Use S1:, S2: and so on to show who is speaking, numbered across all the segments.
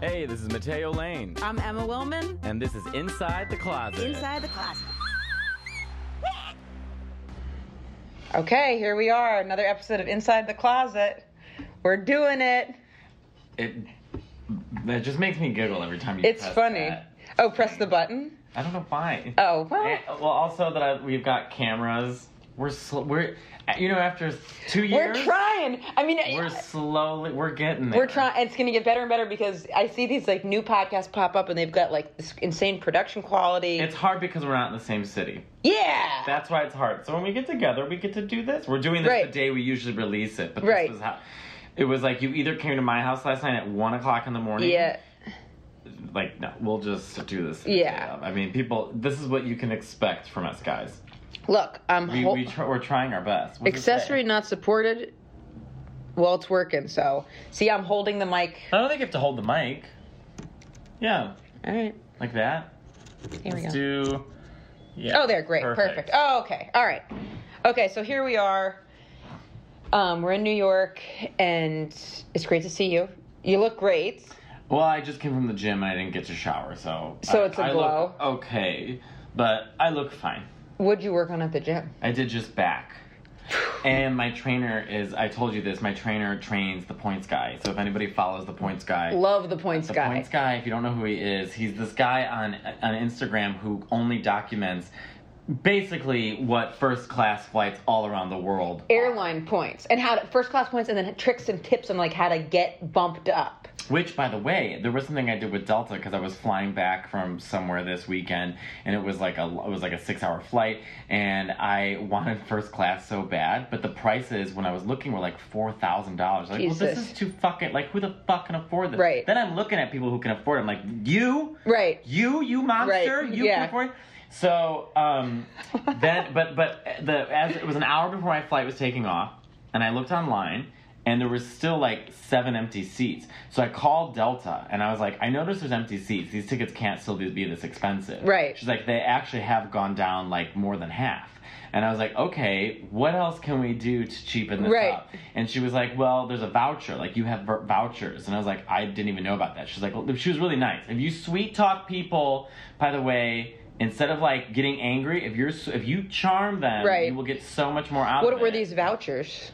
S1: Hey, this is Mateo Lane,
S2: I'm Emma Willman.
S1: and this is Inside the Closet.
S2: Inside the closet.
S3: Okay, here we are. Another episode of Inside the Closet. We're doing it.
S1: It that just makes me giggle every time you.
S3: It's
S1: press
S3: funny.
S1: that.
S3: Oh, press the button.
S1: I don't know why.
S3: Oh, well,
S1: And- well, also that I, we've got cameras. We're sl- we're you know after two
S3: we're
S1: years
S3: trying. I mean,
S1: we're slowly we're getting there.
S3: we're trying. It's going to get better and better because I see these like new podcasts pop up and they've got like this insane production quality.
S1: It's hard because we're not in the same city.
S3: yeah.
S1: That's why it's hard. So when we get together, we get to do this. We're doing this
S3: Right.
S1: the day we usually release it, but
S3: Right.
S1: this was how. It was like you either came to my house last night at one o'clock in the morning.
S3: yeah.
S1: like no, we'll just do this.
S3: Yeah.
S1: I mean, people, this is what you can expect from us guys.
S3: Look, I'm
S1: We,
S3: hol-
S1: we tr- we're trying our best. What's it say?
S3: accessory not supported. Well, it's working. So, see, I'm holding the mic.
S1: I don't think you have to hold the mic. Yeah,
S3: All right.
S1: like that.
S3: Here we go.
S1: Let's do. Yeah.
S3: Oh, there, great, perfect. Oh, okay, all right, okay. So here we are. Um, we're in New York, and it's great to see you. You look great.
S1: Well, I just came from the gym and I didn't get to shower, so.
S3: So
S1: I-
S3: it's a
S1: I
S3: glow?
S1: Look okay, but I look fine.
S3: What'd you work on at the gym?
S1: I did just back. And my trainer is, I told you this, my trainer trains the points guy. So if anybody follows the points guy,
S3: Love the points
S1: the
S3: guy.
S1: points guy, if you don't know who he is, he's this guy on, on Instagram who only documents basically what first class flights all around the world. are.
S3: Airline points and how to, first class points, and then tricks and tips on like how to get bumped up.
S1: Which, by the way, there was something I did with Delta because I was flying back from somewhere this weekend, and it was like a it was like a six hour flight, and I wanted first class so bad, but the prices when I was looking were like four thousand dollars. Like, well, this
S3: Jesus.
S1: is too fucking like who the fuck can afford this?
S3: Right.
S1: Then I'm looking at people who can afford. It. I'm like, you,
S3: Right.
S1: you, you monster,
S3: Right,
S1: you
S3: yeah.
S1: can afford. it? So um, then, but but the as it was an hour before my flight was taking off, and I looked online, and there was still like seven empty seats. So I called Delta, and I was like, I noticed there's empty seats. These tickets can't still be, be this expensive.
S3: Right.
S1: She's like, they actually have gone down like more than half. And I was like, okay, what else can we do to cheapen this
S3: Right.
S1: up? And she was like, well, there's a voucher. Like, you have v- vouchers. And I was like, I didn't even know about that. She's like, well, she was really nice. If you sweet talk people, by the way, instead of like getting angry, if you're s- if you charm them,
S3: Right.
S1: you will get so much more out of
S3: What
S1: it.
S3: were these vouchers?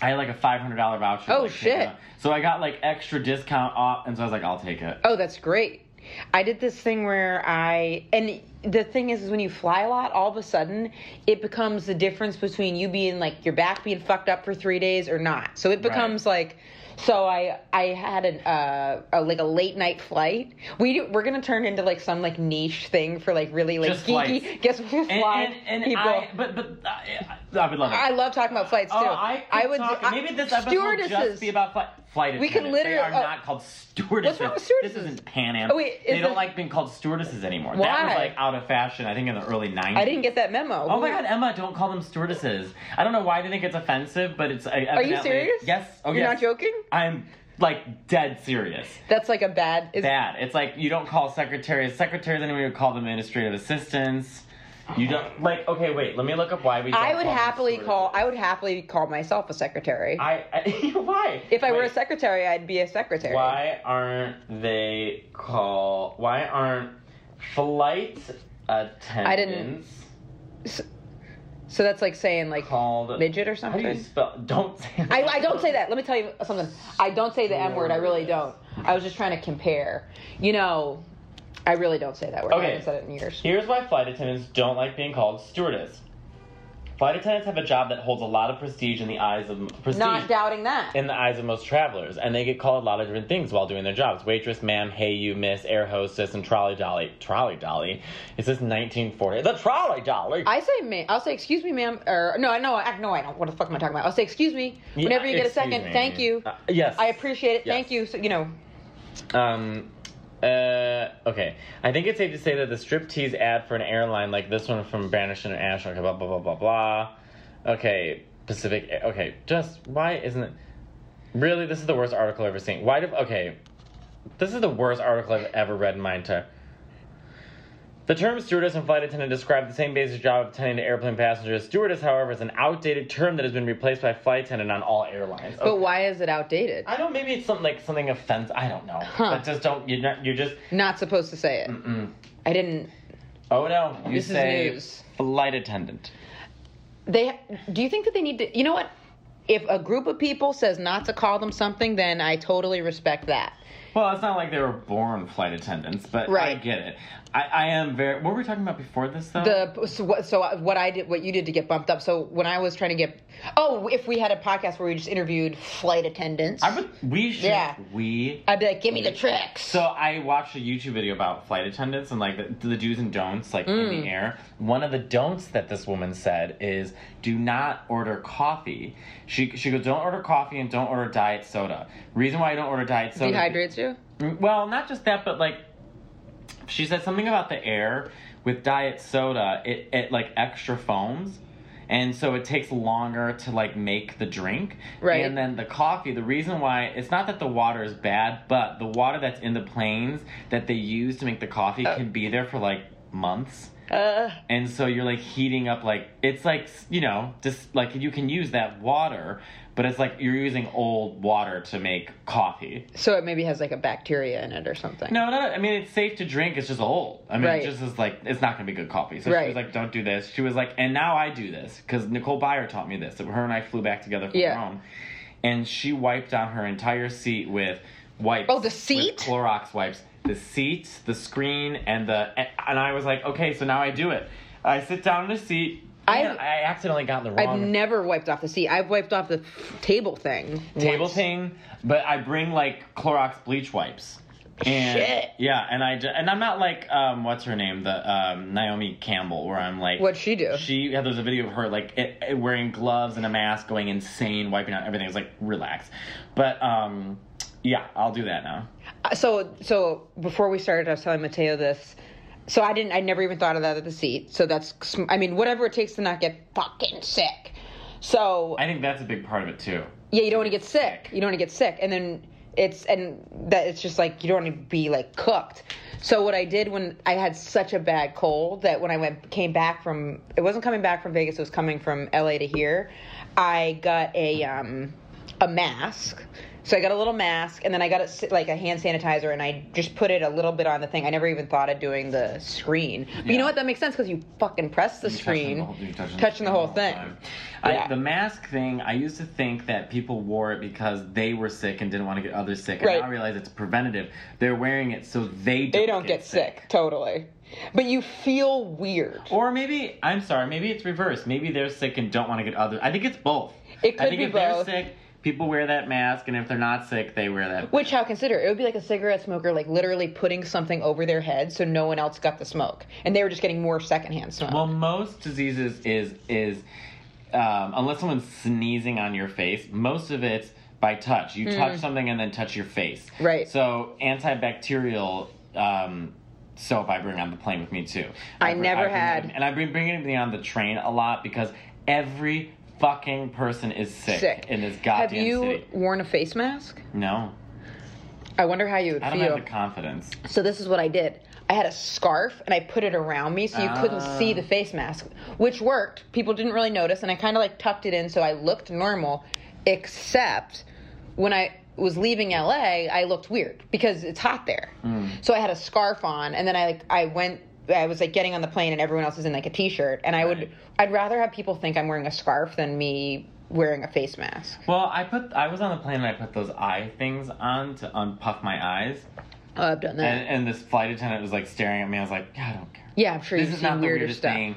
S1: I had like a five hundred dollar voucher.
S3: Oh,
S1: like, taken
S3: shit.
S1: out. So I got like extra discount off, and so I was like, I'll take it.
S3: Oh, that's great. I did this thing where I and the thing is, is when you fly a lot, all of a sudden it becomes the difference between you being like your back being fucked up for three days or not. So it becomes like, so I I had an uh a, like a late night flight. We do, we're gonna turn into like some like niche thing for like really like
S1: Just
S3: geeky.
S1: flights.
S3: Guess what?
S1: And,
S3: Fly
S1: and, and
S3: people.
S1: I, but but I, I would love it.
S3: I love talking about flights too.
S1: Oh, I, could talk- maybe this episode will just be about flight, flight
S3: We could
S1: attendants.
S3: literally-
S1: They are
S3: oh.
S1: not called stewardesses.
S3: What's wrong with
S1: This
S3: stewardesses?
S1: isn't Pan Am.
S3: Oh, wait, is
S1: they don't
S3: this-
S1: like being called stewardesses anymore. That was
S3: Why?
S1: like out of fashion. I think in the early nineties.
S3: I didn't get that memo.
S1: Oh my God, Emma! Don't call them stewardesses. I don't know why they think it's offensive, but it's. uh,
S3: Are you serious?
S1: Yes. Oh,
S3: You're
S1: yes.
S3: not joking?
S1: I'm like dead serious.
S3: That's like a bad. Is,
S1: Bad. It's like you don't call secretaries secretaries anymore. You call them administrative assistants. You don't like. Okay, wait. Let me look up why we.
S3: I
S1: don't
S3: would
S1: call them
S3: happily call.
S1: stewardesses.
S3: I would happily call myself a secretary.
S1: I, I why?
S3: if I were a
S1: Wait,
S3: secretary, I'd be a secretary.
S1: Why aren't they call? Why aren't flight attendants
S3: S- So that's like saying like
S1: called
S3: midget or
S1: How do you
S3: something.
S1: spell? Don't say.
S3: I, I don't say that. Let me tell you something. I don't say the M word. I really don't. I was just trying to compare. You know, I really don't say that word. I
S1: Okay.
S3: haven't said it in years.
S1: Here's why flight attendants don't like being called stewardess. Flight attendants have a job that holds a lot of prestige in the eyes of prestige.
S3: Not doubting that.
S1: in the eyes of most travelers, and they get called a lot of different things while doing their jobs. Waitress, ma'am, hey you, miss, air hostess, and trolley dolly. Trolley dolly? Is this 1940? The trolley dolly!
S3: I say, ma- I'll say, excuse me, ma'am, or no, no, I, no, I don't. What the fuck am I talking about? I'll say, excuse me,
S1: Yeah,
S3: whenever you get a
S1: excuse
S3: second.
S1: me.
S3: Thank you.
S1: Uh, yes.
S3: I appreciate it.
S1: Yes.
S3: Thank you. So, you know,
S1: Um, uh, okay. I think it's safe to say that the striptease ad for an airline like this one from Branish International, okay, blah, blah, blah, blah, blah. Okay, Pacific. Air- Okay, just why isn't it. Really, this is the worst article I've ever seen. Why do. Okay, this is the worst article I've ever read in my entire. The term stewardess and flight attendant describe the same basic job of attending to airplane passengers. Stewardess, however, is an outdated term that has been replaced by flight attendant on all airlines.
S3: But
S1: Okay.
S3: why is it outdated?
S1: I don't. Maybe it's something like something offensive. I don't know.
S3: Huh.
S1: But just don't. You're not. You're just.
S3: Not supposed to say it.
S1: Mm.
S3: I didn't.
S1: Oh no. You
S3: This is
S1: say
S3: news.
S1: flight attendant.
S3: They do you think that they need to? You know what? If a group of people says not to call them something, then I totally respect that.
S1: Well, it's not like they were born flight attendants, but I
S3: Right.
S1: get it. I, I am very. What were we talking about before this though?
S3: The so what, so what I did, what you did to get bumped up. So when I was trying to get, oh, if we had a podcast where we just interviewed flight attendants,
S1: I would. We should.
S3: Yeah.
S1: We.
S3: I'd be like, give me the tricks.
S1: So I watched a YouTube video about flight attendants and like the, the do's and don'ts like in
S3: Mm.
S1: the air. One of the don'ts that this woman said is do not order coffee. She she goes don't order coffee and don't order diet soda. Reason why I don't order diet soda
S3: dehydrates you.
S1: Well, not just that, but like she said something about the air with diet soda. It it like extra foams. And so it takes longer to like make the drink.
S3: Right.
S1: And then the coffee, the reason why it's not that the water is bad, but the water that's in the planes that they use to make the coffee can be there for like months.
S3: Uh,
S1: And so you're like heating up like it's like, you know, just like you can use that water, but it's like you're using old water to make coffee.
S3: so it maybe has like a bacteria in it or something.
S1: No, no, no. I mean, it's safe to drink. It's just old. I mean,
S3: Right.
S1: it just is like it's not gonna be good coffee. So she
S3: Right.
S1: was like, "Don't do this." She was like, "And now I do this because Nicole Byer taught me this." So her and I flew back together from
S3: Yeah.
S1: Rome, and she wiped down her entire seat with wipes.
S3: Oh, the
S1: with
S3: seat?
S1: Clorox wipes. The seat, the screen, and the and I was like, "Okay, so now I do it." I sit down in a seat.
S3: I've-
S1: and I accidentally got in the wrong.
S3: I've never wiped off the seat. I've wiped off the table thing.
S1: table
S3: once.
S1: thing, but I bring like Clorox bleach wipes. And,
S3: Shit.
S1: Yeah, and I ju- and I'm not like um what's her name the um Naomi Campbell where I'm like
S3: What'd she do?
S1: she yeah, there's a video of her like it, it- wearing gloves and a mask going insane wiping out everything it's like relax, but um yeah I'll do that now
S3: Uh, So so before we started, I was telling Mateo this. So I didn't. I never even thought of that at the seat. So that's. sm- I mean, whatever it takes to not get fucking sick. So
S1: I think that's a big part of it too
S3: yeah, you don't want to get sick. You don't want to get sick, and then it's and that it's just like you don't want to be like cooked. So what I did when I had such a bad cold that when I went came back from it wasn't coming back from Vegas, it was coming from LA to here. I got a um a mask. So I got a little mask, and then I got a, s- like a hand sanitizer, and I just put it a little bit on the thing. I never even thought of doing the screen. But you
S1: Yeah.
S3: know what? That makes sense because you fucking press the
S1: You touching
S3: screen,
S1: the whole- you touching
S3: touching the whole thing.
S1: time.
S3: Yeah.
S1: I, the mask thing, I used to think that people wore it because they were sick and didn't want to get others sick. And
S3: Right.
S1: now I realize it's preventative. They're wearing it so they don't,
S3: They don't get, sick. totally. But you feel weird.
S1: Or maybe, I'm sorry, maybe it's reversed. Maybe they're sick and don't want to get others. I think it's both.
S3: It
S1: I
S3: could
S1: think
S3: be
S1: if
S3: both.
S1: they're sick, people wear that mask, and if they're not sick, they wear that.
S3: Which, how considerate. It would be like a cigarette smoker, like literally putting something over their head so no one else got the smoke. And they were just getting more secondhand smoke.
S1: Well, most diseases is is um, unless someone's sneezing on your face, most of it's by touch. You touch something and then touch your face.
S3: Hmm. Right.
S1: So antibacterial um, soap I bring on the plane with me too.
S3: I
S1: br-
S3: never
S1: bring
S3: had.
S1: it- and I've been bringing it on the train a lot because every fucking person is sick,
S3: Sick.
S1: in this
S3: Have
S1: goddamn
S3: you
S1: city.
S3: worn a face mask?
S1: No,
S3: I wonder how you would
S1: I don't
S3: feel.
S1: have the confidence.
S3: So this is what I did. I had a scarf and I put it around me so you couldn't
S1: Ah.
S3: see the face mask, which worked. People didn't really notice, and I kind of like tucked it in so I looked normal, except when I was leaving LA, I looked weird because it's hot there.
S1: Hmm.
S3: So I had a scarf on, and then I like I went. I was like getting on the plane, and everyone else is in like a t-shirt, and I would.
S1: Right.
S3: I'd rather have people think I'm wearing a scarf than me wearing a face mask.
S1: Well, I put I was on the plane and I put those eye things on to unpuff my eyes.
S3: Oh, I've done that.
S1: And, and this flight attendant was like staring at me. I was like, yeah, I don't care.
S3: yeah, I'm sure
S1: This
S3: you've
S1: is not
S3: seen
S1: the
S3: weirder
S1: weirdest
S3: stuff.
S1: thing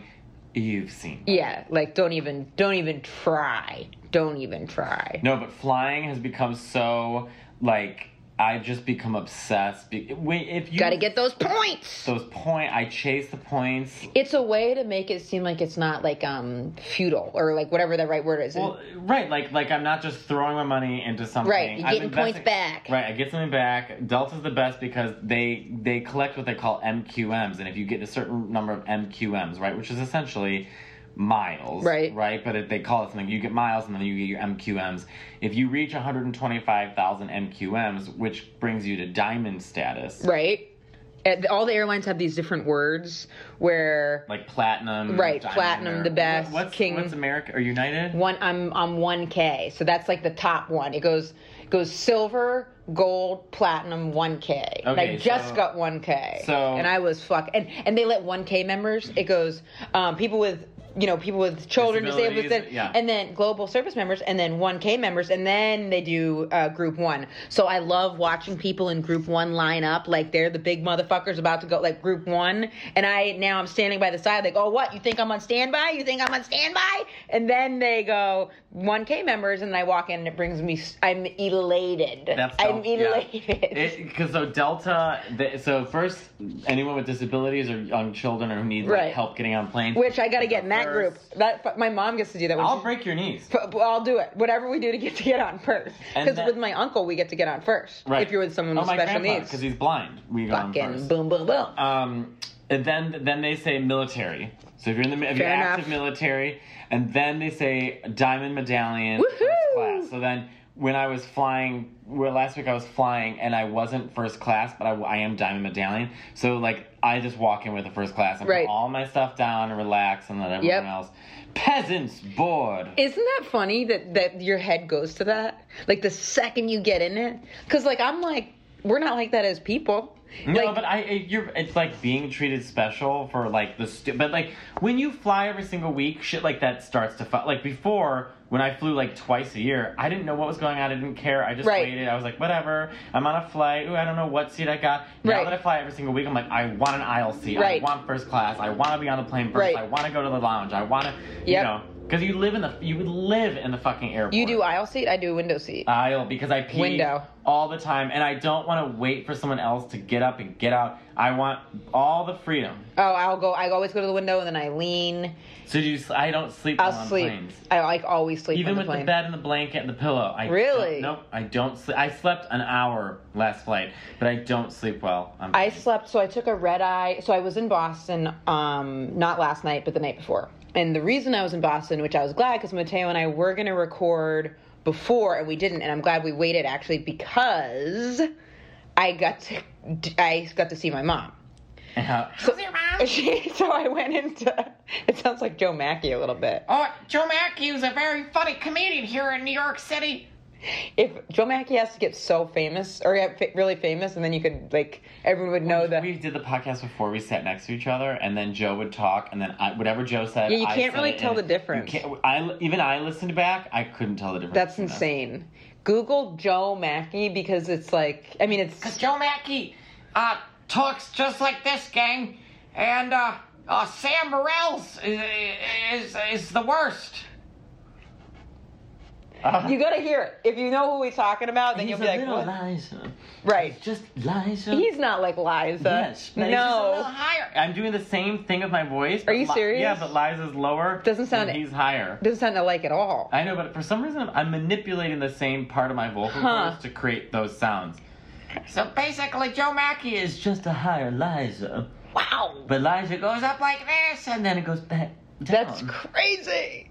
S1: you've seen.
S3: Yeah, like don't even don't even try. Don't even try.
S1: No, but flying has become so like I've just become obsessed. Be- wait, if you
S3: Got to get those points.
S1: those point, I chase the points.
S3: It's a way to make it seem like it's not like um futile or like whatever the right word is.
S1: Well, right, like like I'm not just throwing my money into something.
S3: Right, you're
S1: I'm
S3: getting points
S1: investing-
S3: back.
S1: Right, I get something back. Delta's the best because they they collect what they call MQMs, and if you get a certain number of MQMs, right, which is essentially miles,
S3: Right.
S1: right, but if they call it something, you get miles, and then you get your MQMs. If you reach 125,000 MQMs, which brings you to diamond status,
S3: right? eh, all the airlines have these different words where
S1: Like platinum,
S3: Right,
S1: diamond,
S3: platinum,
S1: or-
S3: the best,
S1: What's
S3: king.
S1: What's America or United?
S3: one I'm I'm one K. So that's like the top one. It goes goes silver, gold, platinum, one K. And I
S1: Okay,
S3: just
S1: so-
S3: got one K.
S1: so-
S3: and I was fuck and and they let one K members. It goes um, people with you know people with children disabled
S1: Disabilities, yeah.
S3: and then global service members and then 1k members and then they do uh, group one so i love watching people in group one line up like they're the big motherfuckers about to go like group one and i now i'm standing by the side like oh what you think i'm on standby you think i'm on standby and then they go 1k members and i walk in and it brings me s- i'm elated
S1: That's
S3: i'm elated
S1: Because so Delta, the, so first, anyone with disabilities or young children or who need like,
S3: Right.
S1: help getting on planes.
S3: which i gotta get in
S1: First-
S3: that group that fu- my mom gets to do that when
S1: I'll
S3: she-
S1: break your knees.
S3: But but I'll do it. Whatever we do to get to get on first.
S1: And
S3: Because
S1: that-
S3: with my uncle, we get to get on first.
S1: Right.
S3: If you're with someone
S1: oh,
S3: with
S1: my
S3: special
S1: grandpa,
S3: needs.
S1: because he's blind. We go on
S3: Fucking
S1: first.
S3: boom, boom, boom.
S1: Um, and then then they say military. So if you're in the mi- if you're
S3: Fair enough.
S1: active military, and then they say diamond medallion first
S3: Woohoo!
S1: class. So then when I was flying, well, last week I was flying and I wasn't first class, but I, I am diamond medallion. So like I just walk in with the first class and
S3: Right.
S1: put all my stuff down and relax and let everyone
S3: Yep.
S1: else peasants board.
S3: Isn't that funny that, that your head goes to that? Like the second you get in it? Because, like, I'm like, we're not like that as people.
S1: No,
S3: like,
S1: but I it- you're it's like being treated special for like the stu- but like when you fly every single week, shit like that starts to fu- like before when I flew like twice a year, I didn't know what was going on. I didn't care. I just
S3: Right.
S1: waited. I was like, whatever. I'm on a flight. Ooh, I don't know what seat I got. Now
S3: Right.
S1: that I fly every single week, I'm like, I want an aisle seat.
S3: Right.
S1: I want first class. I want to be on the plane first.
S3: Right.
S1: I want to go to the lounge. I want to, you
S3: Yep.
S1: know, because you live in the you would live in the fucking airport
S3: you do aisle seat, I do window seat.
S1: aisle because I pee
S3: Window.
S1: all the time, and I don't want to wait for someone else to get up and get out. I want all the freedom.
S3: oh, I'll go, I always go to the window and then I lean.
S1: So you, s- I don't sleep while
S3: I'll
S1: on
S3: sleep.
S1: planes.
S3: I like always sleep
S1: Even
S3: on the
S1: with
S3: plane.
S1: the bed and the blanket and the pillow, I
S3: Really?
S1: don't- Nope, I don't sleep. I slept an hour last flight, but I don't sleep well. On
S3: I
S1: planes.
S3: slept, so I took a red eye. So I was in Boston, um, not last night, but the night before. And the reason I was in Boston, which I was glad, because Mateo and I were going to record before, and we didn't. And I'm glad we waited actually because I got to, I got to see my mom.
S1: Yeah.
S3: She, so I went into. It sounds like Joe Mackey a little bit.
S4: Oh, Joe Mackey was a very funny comedian here in New York City.
S3: If Joe Mackey has to get so famous or get fa- really famous, and then you could like everyone would know that.
S1: we did the podcast before we sat next to each other, and then Joe would talk, and then I, whatever Joe said,
S3: Yeah, you
S1: I
S3: can't
S1: said
S3: really
S1: it,
S3: tell
S1: and
S3: the difference.
S1: you can't- I even I listened back, I couldn't tell the difference.
S3: That's
S1: between us.
S3: insane. Google Joe Mackey because it's like I mean it's
S4: Joe Mackey uh, talks just like this, gang. And uh, uh, Sam Morrell's is, is, is the worst.
S1: Uh,
S3: you gotta hear it. If you know who we're talking about, then
S1: he's
S3: you'll be
S1: a
S3: like,
S1: little
S3: what?
S1: Liza.
S3: right?
S1: Just Liza.
S3: He's not like Liza.
S1: Yes, but he's
S4: A little
S3: no,
S4: higher.
S1: I'm doing the same thing with my voice.
S3: Are
S1: but
S3: you
S1: Li-
S3: serious?
S1: Yeah, but Liza's lower.
S3: Doesn't sound-
S1: and He's higher.
S3: doesn't sound like at all.
S1: I know, but for some reason, I'm manipulating the same part of my vocal
S3: Huh.
S1: cords to create those sounds.
S4: So basically, Joe Mackey is
S1: It's just a higher Liza,
S4: wow.
S1: but Liza goes
S4: Goes up like this, and
S1: and then it goes back down.
S3: That's crazy.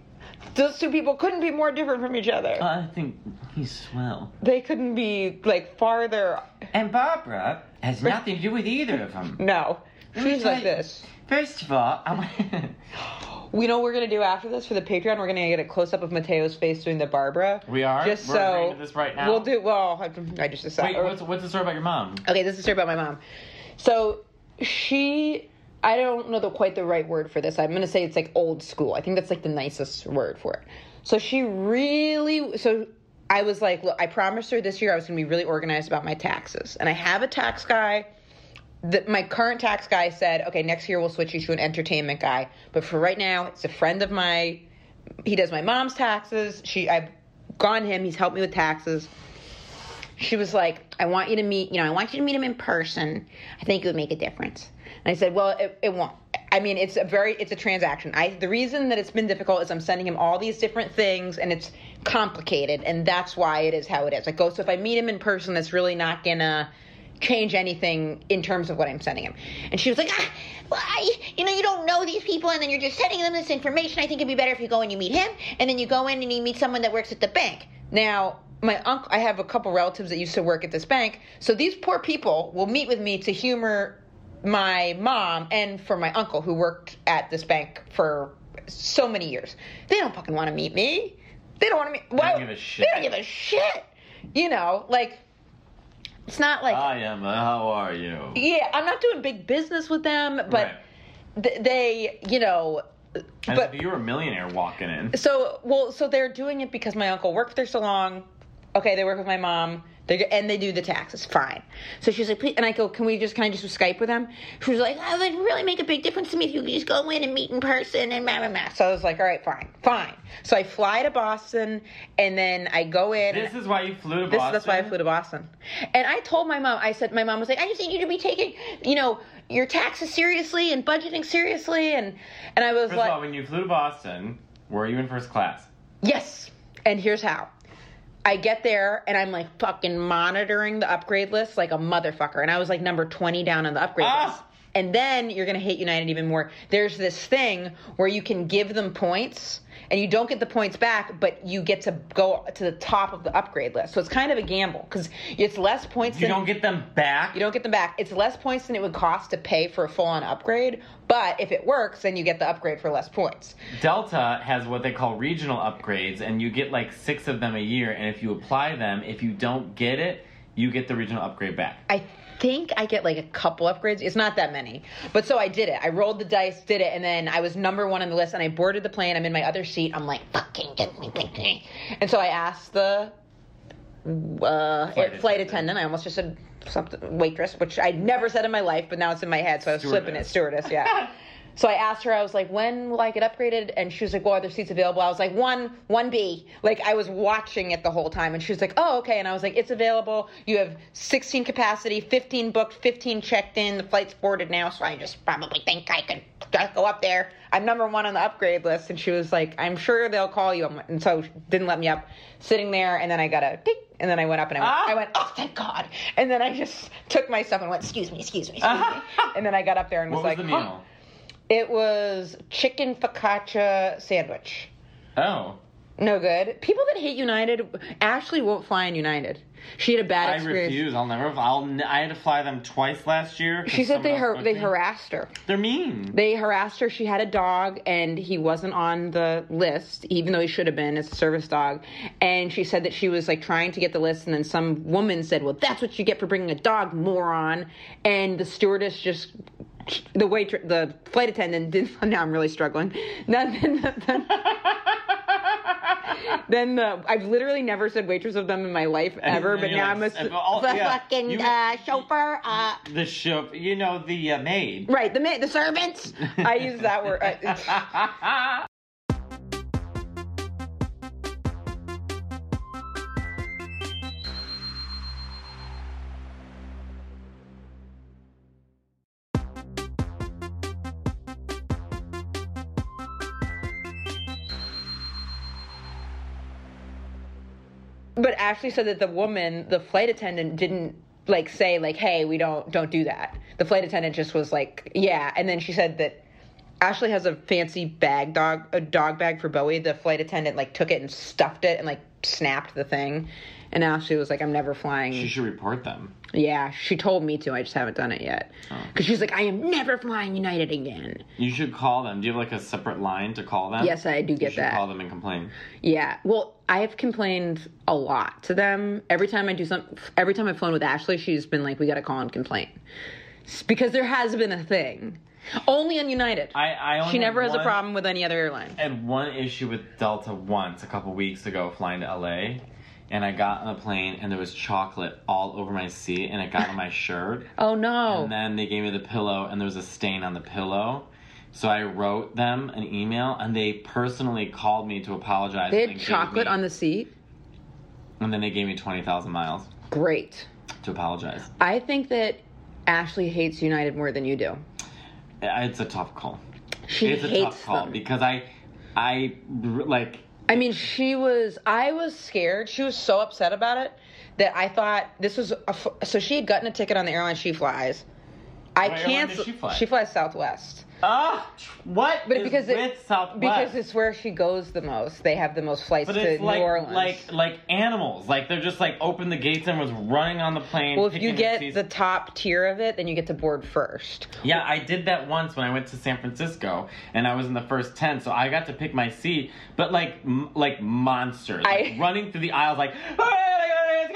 S3: Those two people couldn't be more different from each other.
S1: I think he's swell.
S3: they couldn't be like farther.
S1: And Barbara has nothing to do with either of them.
S3: No,
S1: me
S3: she's
S1: tell
S3: like
S1: you-
S3: this.
S1: First of all, I'm
S3: We know what we're gonna do after this for the Patreon. We're gonna get a close up of Mateo's face doing the Barbara.
S1: we are.
S3: Just
S1: We're
S3: so
S1: agreeing to this right now.
S3: We'll do well. I- I just decided.
S1: Wait, what's, what's the story about your mom?
S3: Okay, this is a story about my mom. So she, I don't know the quite the right word for this. I'm gonna say it's like old school. I think that's like the nicest word for it. So she really, so I was like, look, I promised her this year I was gonna be really organized about my taxes, and I have a tax guy. That my current tax guy said, okay, next year we'll switch you to an entertainment guy, but for right now, it's a friend of my. He does my mom's taxes. She, I've gone him. He's helped me with taxes she was like, I want you to meet, you know, I want you to meet him in person. I think it would make a difference. And I said, well, it, it won't. I mean, it's a very, it's a transaction. I, the reason that it's been difficult is I'm sending him all these different things and it's complicated. And that's why it is how it is. Like, go, so if I meet him in person, that's really not gonna change anything in terms of what I'm sending him. And she was like, ah, well, I, you know, you don't know these people and then you're just sending them this information. I think it'd be better if you go and you meet him and then you go in and you meet someone that works at the bank. Now, my uncle, I have a couple relatives that used to work at this bank. So these poor people will meet with me to humor my mom and for my uncle who worked at this bank for so many years. They don't fucking want to meet me. They don't want to meet. Why?
S1: give a shit.
S3: They don't give a shit. You know, like it's not like
S1: Hi, Emma. How are you?
S3: yeah, I'm not doing big business with them, but
S1: Right.
S3: th- they, you know,
S1: And
S3: but
S1: if you were a millionaire walking in.
S3: so well, so they're doing it because my uncle worked there so long. Okay, they work with my mom. They go- and they do the taxes fine. So she's like, please, and I go, can we just can I just Skype with them? She was like, oh, it would really make a big difference to me if you could just go in and meet in person and blah blah blah. So I was like, all right, fine, fine. So I fly to Boston and then I go in. and-
S1: This is why you flew to
S3: this,
S1: Boston.
S3: That's why I flew to Boston. And I told my mom, I said, my mom was like, I just need you to be taking, you know, your taxes seriously and budgeting seriously. And, and I was
S1: First
S3: like,
S1: of all, when you flew to Boston, were you in first class?
S3: yes. And here's how. I get there and I'm like fucking monitoring the upgrade list like a motherfucker. And I was like number 20 down on the upgrade
S1: Ah!
S3: list. And then you're going to hate United even more. There's this thing where you can give them points and you don't get the points back, but you get to go to the top of the upgrade list. So it's kind of a gamble because it's less points
S1: You
S3: than
S1: don't get them back.
S3: You don't get them back. It's less points than it would cost to pay for a full on upgrade, but if it works, then you get the upgrade for less points.
S1: Delta has what they call regional upgrades, and you get like six of them a year. And if you apply them, if you don't get it, you get the regional upgrade back.
S3: I think I get like a couple upgrades. It's not that many. But so I did it. I rolled the dice, did it, and then I was number one on the list and I boarded the plane. I'm in my other seat. I'm like, fucking get me. get me." And so I asked the uh, flight,
S1: attendant.
S3: attendant. I almost just said something waitress, which I'd never said in my life, but now it's in my head, so I was flipping it. Stewardess, yeah. so I asked her. I was like, "When will I get upgraded?" And she was like, "Well, are there seats available?" I was like, "One, one B." Like I was watching it the whole time, and she was like, "Oh, okay." And I was like, "It's available. You have 16 capacity, 15 booked, 15 checked in. The flight's boarded now, so I just probably think I could go up there. I'm number one on the upgrade list." And she was like, "I'm sure they'll call you." I'm- And so she didn't let me up. Sitting there, and then I got a ding, and then I went up and I went,
S1: Ah.
S3: I went, "Oh, thank God!" And then I just took my stuff and went, "Excuse me, excuse me." Excuse me. and then I got up there and
S1: What was
S3: was
S1: the
S3: like,
S1: meal?
S3: "Huh." It was chicken focaccia sandwich.
S1: Oh,
S3: No good. People that hate United, Ashley won't fly in United. She had a bad
S1: I
S3: experience.
S1: refuse. I'll never. I'll. n- I had to fly them twice last year. 'cause
S3: She said
S1: someone
S3: they
S1: else
S3: har-
S1: booked
S3: they
S1: me.
S3: harassed her.
S1: They're mean.
S3: They harassed her. She had a dog, and he wasn't on the list, even though he should have been. It's a service dog. And she said that she was like trying to get the list, and then some woman said, "Well, that's what you get for bringing a dog, moron." And the stewardess just. The waitress, the flight attendant didn't. Now I'm really struggling. Then, then, then, then the I've literally never said waitress of them in my life ever,
S1: then
S3: but
S1: you're
S3: now
S1: like,
S3: I'm a s-
S1: and all-
S3: the
S1: yeah.
S3: fucking
S1: You-
S3: uh, chauffeur. Uh,
S1: the show. You know the uh, maid.
S3: right, the ma- the servants. I use that word. uh, I- But Ashley said that the woman, the flight attendant, didn't like say like, "Hey, we don't don't do that." The flight attendant just was like, "Yeah," and then she said that Ashley has a fancy bag dog a dog bag for Bowie. The flight attendant like took it and stuffed it and like snapped the thing, and Ashley was like, "I'm never flying."
S1: You should report them.
S3: yeah, she told me to. I just haven't done it yet because she's like, "I am never flying United again."
S1: You should call them. Do you have like a separate line to call them?
S3: Yes, I do
S1: You
S3: get
S1: should
S3: that.
S1: call them and complain.
S3: Yeah. Well, I have complained a lot to them. Every time I do some, every time I've flown with Ashley, she's been like, "We got to call and complain," S- because there has been a thing. Only on United.
S1: I. I only
S3: she never
S1: had
S3: has a
S1: one-
S3: problem with any other airline.
S1: had one issue with Delta once a couple weeks ago flying to LA. And I got on the plane and there was chocolate all over my seat and it got on my shirt.
S3: Oh no.
S1: And then they gave me the pillow and there was a stain on the pillow. So I wrote them an email and they personally called me to apologize.
S3: They
S1: and then
S3: had
S1: gave
S3: chocolate
S1: me-
S3: on the seat.
S1: And then they gave me 20,000 miles
S3: Great.
S1: to apologize.
S3: I think that Ashley hates United more than you do.
S1: It's a tough call.
S3: She
S1: it's a
S3: hates
S1: tough call
S3: them.
S1: because I, I, like,
S3: I mean, she was. I was scared. She was so upset about it that I thought this was. A, f- so she had gotten a ticket on the airline she flies. I
S1: What airline does
S3: canceled.
S1: she fly?
S3: flies Southwest.
S1: Ah, what?
S3: But
S1: is
S3: because it-
S1: with Southwest?
S3: Because it's where she goes the most. They have the most flights
S1: But
S3: to
S1: it's like,
S3: New Orleans.
S1: like like animals. Like they're just like open the gates and was running on the plane.
S3: well, if you
S1: picking
S3: get
S1: seats.
S3: the top tier of it, then you get to board first.
S1: yeah, I did that once when I went to San Francisco and I was in the first ten, so I got to pick my seat. But like m- like monsters, like,
S3: I-
S1: running through the aisles like.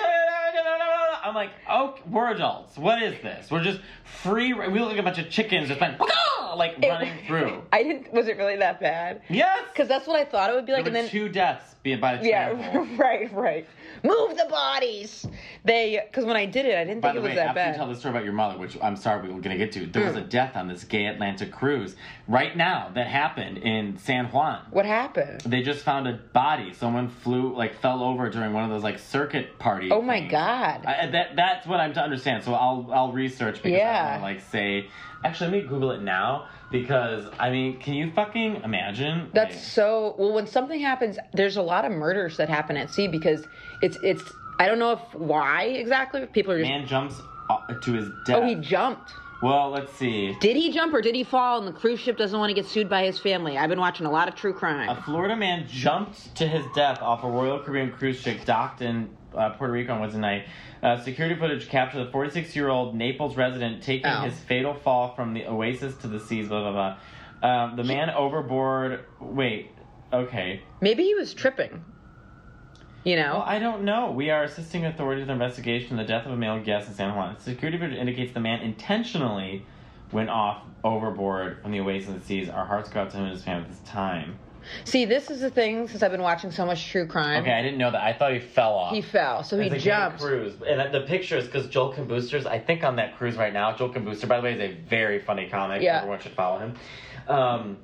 S1: I'm like, oh, we're adults. What is this? We're just free. We look like a bunch of chickens just like, like running through.
S3: I didn't. Was it really that bad?
S1: Yes,
S3: Because that's what I thought it would be like.
S1: there were
S3: and then
S1: two deaths being by the
S3: yeah,
S1: trample.
S3: right, right. Move the bodies. They because when I did it, I didn't
S1: By
S3: think
S1: the
S3: it was
S1: way,
S3: that
S1: after
S3: bad. Hmm.
S1: you tell the story about your mother, which I'm sorry we were going to get to, there was a death on this gay Atlantic cruise right now that happened in San Juan.
S3: what happened?
S1: They just found a body. Someone flew, like, fell over during one of those like circuit parties.
S3: Oh my god.
S1: I, that that's what I'm to understand. So I'll I'll research because
S3: Yeah.
S1: I want to like say. Actually, let me Google it now because I mean, can you fucking imagine?
S3: That's
S1: Like,
S3: so well. When something happens, there's a lot of murders that happen at sea because it's it's. I don't know if why exactly. but People are just.
S1: man jumps uh, to his death.
S3: oh, he jumped.
S1: well, let's see.
S3: Did he jump or did he fall? And the cruise ship doesn't want to get sued by his family. I've been watching a lot of true crime.
S1: A Florida man jumped to his death off a Royal Caribbean cruise ship docked in uh, Puerto Rico on Wednesday night. Uh, security footage captured the 46 year old Naples resident taking
S3: Ow.
S1: his fatal fall from the oasis to the seas, blah, blah, blah. Um, the man overboard. Wait, okay.
S3: Maybe he was tripping. You know.
S1: Well, I don't know. We are assisting authorities in the investigation of the death of a male guest in San Juan. Security footage indicates the man intentionally went off overboard from the oasis to the seas. Our hearts go out to him and his family at this time.
S3: See, this is the thing. Since I've been watching so much true crime,
S1: Okay, I didn't know that. I thought he fell off.
S3: he fell, so he
S1: It's like
S3: jumped.
S1: on a cruise. And that- the pictures, because Joel Booster's, I think, on that cruise right now. Joel Booster, by the way, is a very funny comic.
S3: Yeah.
S1: Everyone should follow him. Um,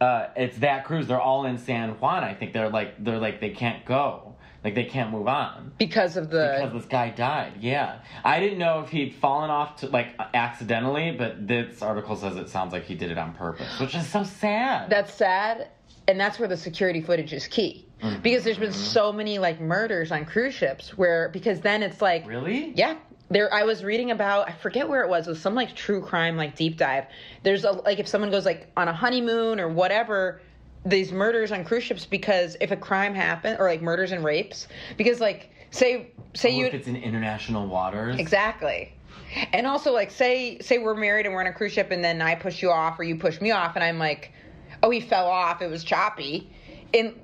S1: uh, it's that cruise. They're all in San Juan. I think they're like they're like they can't go. Like they can't move on
S3: Because of the
S1: because this guy died. Yeah, I didn't know if he'd fallen off to like accidentally, but this article says it sounds like he did it on purpose, which is so sad.
S3: that's sad and that's where the security footage is key
S1: Mm-hmm.
S3: because there's been so many like murders on cruise ships where because then it's like
S1: really
S3: yeah there i was reading about i forget where it was it was some like true crime like deep dive there's a like if someone goes like on a honeymoon or whatever these murders on cruise ships because if a crime happened or like murders and rapes because like say say
S1: Well,
S3: you
S1: if it's in international waters.
S3: Exactly. And also, like, say say we're married and we're on a cruise ship, and then I push you off or you push me off, and I'm like, oh, he fell off. It was choppy, and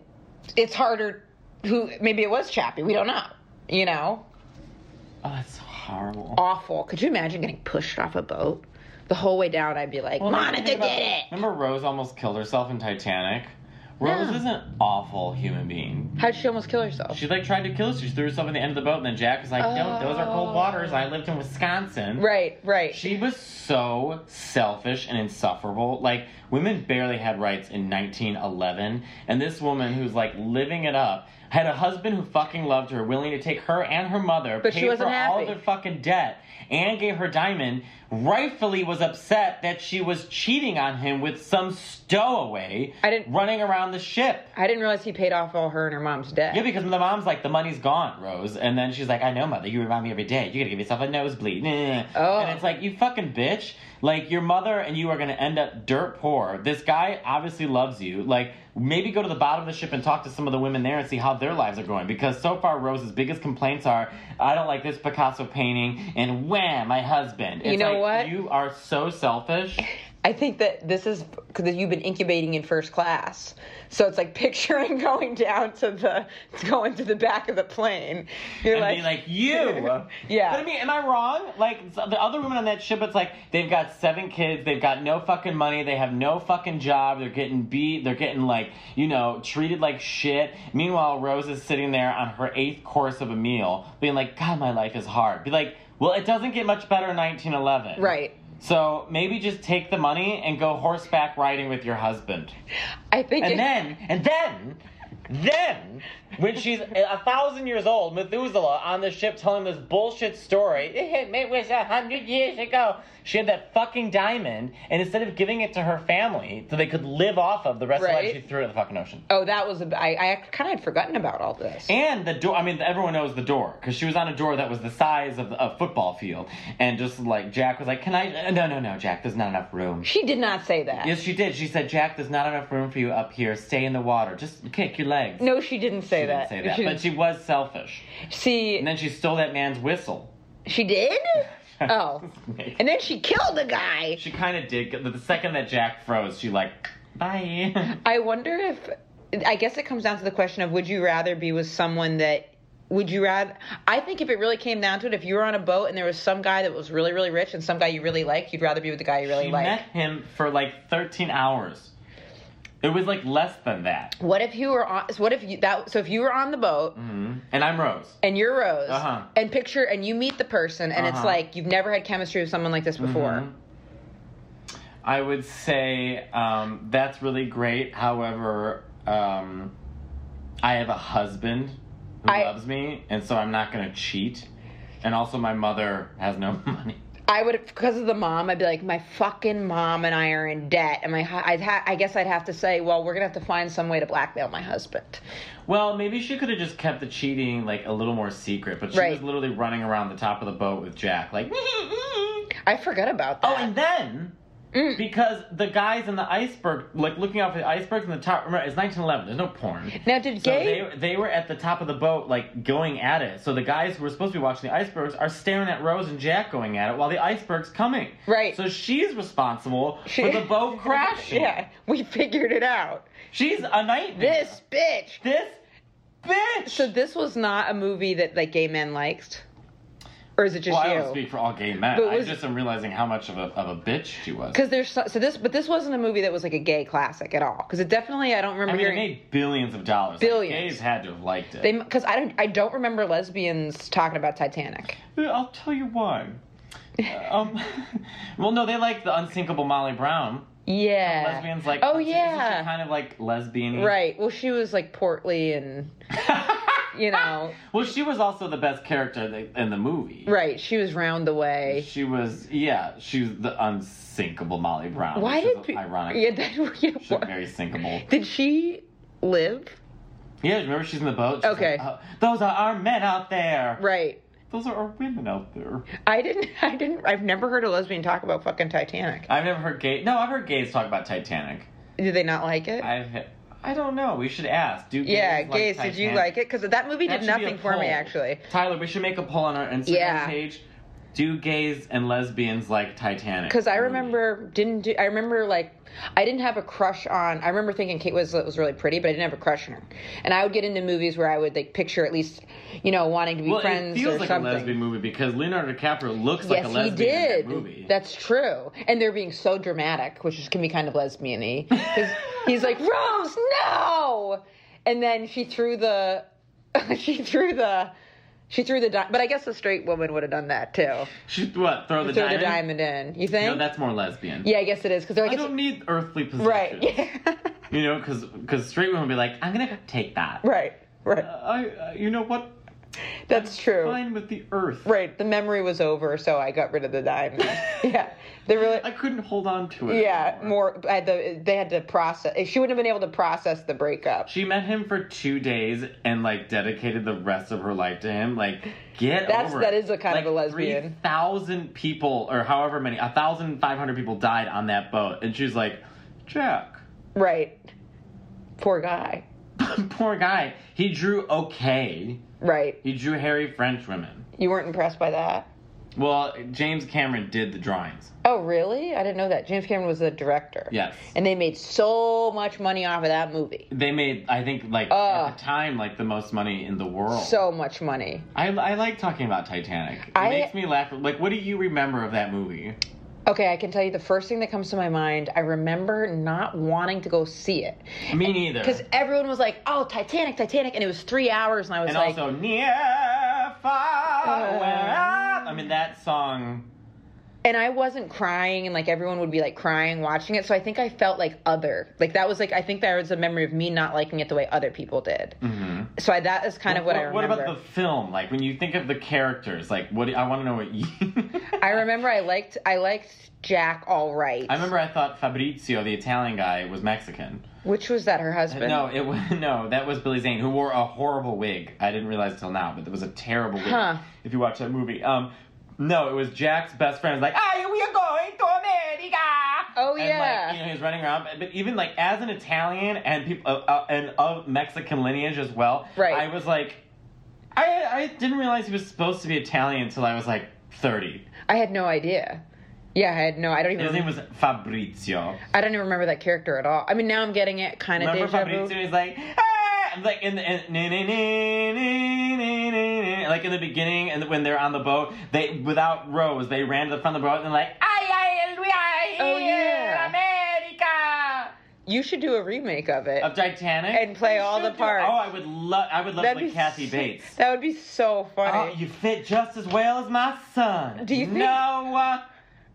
S3: it's harder. Who maybe it was choppy. We don't know. You know,
S1: Oh, that's horrible.
S3: awful. Could you imagine getting pushed off a boat? The whole way down, I'd be like, Monica
S1: think
S3: did
S1: about-
S3: it.
S1: Remember Rose almost killed herself in Titanic? Rose
S3: Yeah.
S1: is an awful human being.
S3: How'd she almost kill herself?
S1: She like tried to kill us. She threw herself in the end of the boat, and then Jack was like, "No, those are cold
S3: Oh.
S1: waters. I lived in Wisconsin."
S3: right, right.
S1: She was so selfish and insufferable. Like women barely had rights in 1911, and this woman who's like living it up had a husband who fucking loved her, willing to take her and her mother,
S3: But
S1: pay
S3: she wasn't
S1: for all
S3: happy.
S1: their fucking debt, and gave her diamond. Rightfully was upset that she was cheating on him with some stowaway
S3: I didn't-
S1: running around the ship.
S3: I didn't realize he paid off all her and her mom's debt.
S1: Yeah, because the mom's like, the money's gone, Rose. And then she's like, I know, mother, you remind me every day. You're gonna give yourself a nosebleed. Nah, nah, nah.
S3: Oh.
S1: And it's like, you fucking bitch. Like, your mother and you are gonna end up dirt poor. This guy obviously loves you. Like, maybe go to the bottom of the ship and talk to some of the women there and see how their lives are going. Because so far, Rose's biggest complaints are, I don't like this Picasso painting, and wham, my husband. It's
S3: You know
S1: like,
S3: what?
S1: You are so selfish.
S3: I think that this is because you've been incubating in first class, so it's like picturing going down to the going to the back of the plane. You're
S1: and
S3: like,
S1: be like, you.
S3: Yeah.
S1: But I mean, am I wrong? Like s- the other women on that ship, it's like they've got seven kids, they've got no fucking money, they have no fucking job, they're getting beat, they're getting like you know treated like shit. Meanwhile, Rose is sitting there on her eighth course of a meal, being like, God, my life is hard. Be like, well, it doesn't get much better in 1911.
S3: right.
S1: So maybe just take the money and go horseback riding with your husband,
S3: I think
S1: and
S3: it-
S1: then and then then
S5: when she's a thousand years old, Methuselah, on the ship telling this bullshit story. It was a hundred years ago. She had that fucking diamond, and instead of giving it to her family so they could live off of the rest of her life,
S3: Right.
S5: she threw it in the fucking ocean.
S3: Oh, that was a. I, I kind of had forgotten about all this.
S1: And the door, I mean, everyone knows the door because she was on a door that was the size of a football field. And just like Jack was like, Can I? uh, No, no, no, Jack, there's not enough room.
S3: she did not say that.
S1: Yes, she did. She said, Jack, there's not enough room for you up here. Stay in the water. Just kick your legs.
S3: No, she didn't say
S1: she didn't
S3: that.
S1: say that. But
S3: didn't-
S1: she was selfish.
S3: see,
S1: And then she stole that man's whistle.
S3: she did. Oh, and then she killed the guy.
S1: She kind of did. but The second that Jack froze, she like, bye.
S3: I wonder if. I guess it comes down to the question of would you rather be with someone that. Would you rather? I think if it really came down to it, if you were on a boat and there was some guy that was really, really rich and some guy you really liked, you'd rather be with the guy you really
S1: she
S3: like.
S1: met him for like 13 hours. It was like less than that.
S3: What if you were on? What if you that? So if you were on the boat
S1: hmm And I'm Rose.
S3: and you're Rose,
S1: Uh-huh.
S3: and picture and you meet the person, and it's
S1: Uh-huh.
S3: like you've never had chemistry with someone like this before.
S1: Mhm. Mm-hmm. I would say um, that's really great. However, um, I have a husband who
S3: I-
S1: loves me, and so I'm not going to cheat. And also, my mother has no money.
S3: I would because of the mom. I'd be like, my fucking mom and I are in debt, and my hu- I'd ha- I guess I'd have to say, well, we're gonna have to find some way to blackmail my husband.
S1: Well, maybe she could have just kept the cheating like a little more secret, but she
S3: Right.
S1: was literally running around the top of the boat with Jack, like. oh,
S3: I forgot about that.
S1: and then.
S3: Mm.
S1: Because the guys in the iceberg, like looking off the icebergs in the top, remember it's 1911. There's no porn.
S3: now, did
S1: So
S3: gay?
S1: they they were at the top of the boat, like going at it. So the guys who were supposed to be watching the icebergs are staring at Rose and Jack going at it while the iceberg's coming.
S3: Right.
S1: So she's responsible
S3: She-
S1: for the boat crashing.
S3: yeah, we figured it out.
S1: She's a nightmare.
S3: This bitch.
S1: this bitch.
S3: So this was not a movie that like gay men liked, or is it just
S1: well, I
S3: you?
S1: don't speak for all gay men.
S3: But
S1: I
S3: was-
S1: just am realizing how much of a of a bitch she was.
S3: Because there's so, so this, but this wasn't a movie that was like a gay classic at all. Because it definitely, I don't
S1: I
S3: remember
S1: mean, it
S3: hearing-
S1: made billions of dollars. Like,
S3: Billions.
S1: gays had to have liked it.
S3: they because I don't, I don't remember lesbians talking about Titanic.
S1: Yeah, I'll tell you why. um, well, no, they liked the unsinkable Molly Brown.
S3: Yeah,
S1: Lesbians like
S3: Oh
S1: isn't she
S3: yeah,
S1: kind of like lesbian.
S3: right. Well, she was like portly and you know,
S1: Well, she was also the best character th- in the movie.
S3: right. She was round the way.
S1: She was, yeah, she was the unsinkable Molly Brown.
S3: Why
S1: which
S3: did
S1: is
S3: pe-
S1: ironic?
S3: Yeah, that, yeah,
S1: She's
S3: wha-
S1: very sinkable.
S3: did she live?
S1: Yeah, remember she's in the boat. She's
S3: Okay.
S1: like, "Oh, those are our men out there.
S3: Right.
S1: Those are our women out there.
S3: I didn't. I didn't. I've never heard a lesbian talk about fucking Titanic.
S1: I've never heard gay. No, I've heard gays talk about Titanic.
S3: Did they not like it?
S1: I've. I don't know. We should ask. Do gays
S3: yeah,
S1: like
S3: gays. Did you
S1: Titanic?
S3: like it? Because that movie
S1: That
S3: did
S1: should be a
S3: nothing for me
S1: poll.
S3: actually.
S1: Tyler, we should make a poll on our Instagram
S3: Yeah.
S1: page. Do gays and lesbians like Titanic?
S3: Because I
S1: Movie.
S3: remember didn't do, I remember like I didn't have a crush on. I remember thinking Kate Winslet was really pretty, but I didn't have a crush on her. And I would get into movies where I would like picture at least you know wanting to be
S1: well,
S3: friends
S1: it feels
S3: or
S1: like
S3: something.
S1: a lesbian movie because Leonardo DiCaprio looks like
S3: yes,
S1: a
S3: he
S1: lesbian
S3: did.
S1: in that movie.
S3: That's true. And they're being so dramatic, which is, can be kind of lesbian-y. 'Cause he's like Rose, no. And then she threw the she threw the she threw the di- but I guess a straight woman would have done that too.
S1: she what throw the
S3: threw
S1: diamond?
S3: the diamond in. You think?
S1: No, that's more lesbian.
S3: Yeah, I guess it is because they're like,
S1: I
S3: it's,
S1: don't need earthly possession.
S3: right, yeah,
S1: You know, because straight women would be like, I'm gonna take that.
S3: right, right.
S1: I, uh, you know what?
S3: That's true.
S1: Fine with the earth.
S3: Right, the memory was over, so I got rid of the diamond. yeah, they really.
S1: I couldn't hold on to it.
S3: Yeah,
S1: anymore.
S3: more. I had to, they had to process. She wouldn't have been able to process the breakup.
S1: She met him for two days and like dedicated the rest of her life to him. Like, get
S3: That's-
S1: over
S3: that
S1: it.
S3: is a kind of a lesbian.
S1: Three thousand people, or however many, a thousand five hundred people died on that boat, and she's like, Jack,
S3: Right. Poor guy.
S1: poor guy. He drew okay.
S3: Right.
S1: He drew hairy French women.
S3: You weren't impressed by that.
S1: Well, James Cameron did the drawings.
S3: Oh, really? I didn't know that. James Cameron was the director.
S1: Yes.
S3: And they made so much money off of that movie.
S1: They made, I think, like
S3: Ugh.
S1: at the time, like the most money in the world.
S3: So much money.
S1: I, I like talking about Titanic. It
S3: I-
S1: makes me laugh. Like, what do you remember of that movie?
S3: Okay, I can tell you the first thing that comes to my mind, I remember not wanting to go see it.
S1: Me neither.
S3: Because everyone was like, oh, Titanic, Titanic. And it was three hours, and I was
S1: and
S3: like,
S1: also near far
S3: Uh.
S1: where I, I mean that song
S3: and I wasn't crying, and like everyone would be like crying watching it. So I think I felt like other. Like that was like I think there was a memory of me not liking it the way other people did. So I, that is Mm-hmm. kind of what, I
S1: mm-hmm. What
S3: remember.
S1: about the film? Like when you think of the characters, like what? Do, I want to know what you.
S3: I remember I liked I liked Jack all right.
S1: I remember I thought Fabrizio, the Italian guy, was Mexican.
S3: which was that her husband?
S1: No, it was no. That was Billy Zane, who wore a horrible wig. I didn't realize till now, but it was a terrible wig.
S3: Huh.
S1: If you watch that movie, um, no, it was Jack's best friend. was Like, ah, we are going to America.
S3: Oh
S1: And,
S3: yeah.
S1: like, you know, he was running around. But even like as an Italian and people uh, uh, and of Mexican lineage as well.
S3: Right.
S1: I was like, I I didn't realize he was supposed to be Italian until I was like thirty.
S3: I had no idea. Yeah, I had no. I don't even.
S1: His name was Fabrizio.
S3: I don't even remember that character at all. I mean, now I'm getting it kind of
S1: Remember
S3: deja vu.
S1: Fabrizio? He's like, ah! and like in the and, nee, nee, nee, nee, nee, nee, nee. like in the beginning, and when they're on the boat, they without rows, they ran to the front of the boat and like, ay ay, we are
S3: Oh,
S1: here,
S3: yeah.
S1: America.
S3: You should do a remake of it.
S1: Of Titanic
S3: And play
S1: We
S3: all
S1: should
S3: the
S1: do-
S3: parts.
S1: Oh, I would love, I would love
S3: That'd
S1: like
S3: be
S1: Kathy
S3: s-
S1: Bates.
S3: That would be so
S1: Oh,
S3: funny.
S1: you fit just as well as my son.
S3: Do you think-
S1: No, uh,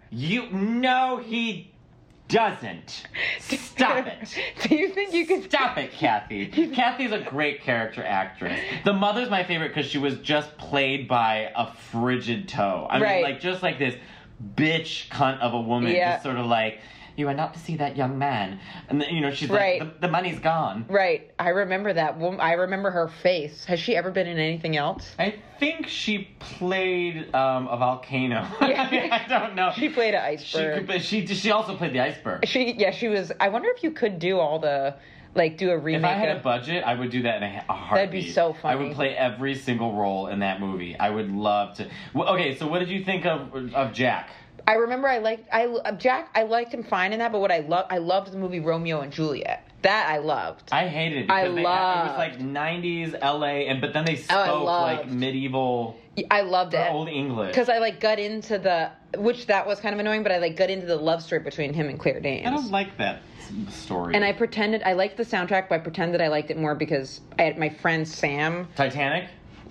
S1: you no, he doesn't. Stop it.
S3: do you think you could?
S1: Stop it, Kathy. Kathy's a great character actress. The mother's my favorite because she was just played by a frigid toe. I
S3: Right.
S1: mean, like, just like this bitch cunt of a woman,
S3: Yeah.
S1: just sort of like, you went up to see that young man. And, then, you know, she's
S3: Right.
S1: like, the, the money's gone.
S3: Right. I remember that. wom- I remember her face. Has she ever been in anything else?
S1: I think she played um, a volcano. I, mean, I don't know.
S3: She played an
S1: She, could-
S3: iceberg.
S1: but she she also played the iceberg.
S3: She, yeah, she was. I wonder if you could do all the, like, do a remake.
S1: If I had
S3: of,
S1: a budget, I would do that in a, a heartbeat.
S3: That'd be so
S1: I
S3: funny.
S1: would play every single role in that movie. I would love to. Well, okay, so what did you think of of Jack?
S3: I remember I liked I uh, Jack. I liked him fine in that, but what I love I loved the movie Romeo and Juliet. That I loved.
S1: I hated it.
S3: I
S1: because they had- It was like
S3: loved- Oh,
S1: '90s LA, and but then they
S3: I
S1: spoke like
S3: loved.
S1: medieval
S3: I loved
S1: or
S3: it.
S1: old English.
S3: because I like got into the which that was kind of annoying, but I like got into the love story between him and Claire Danes.
S1: I don't like that s- story.
S3: and I pretended I liked the soundtrack, but I pretended I liked it more because I had my friend Sam,
S1: Titanic.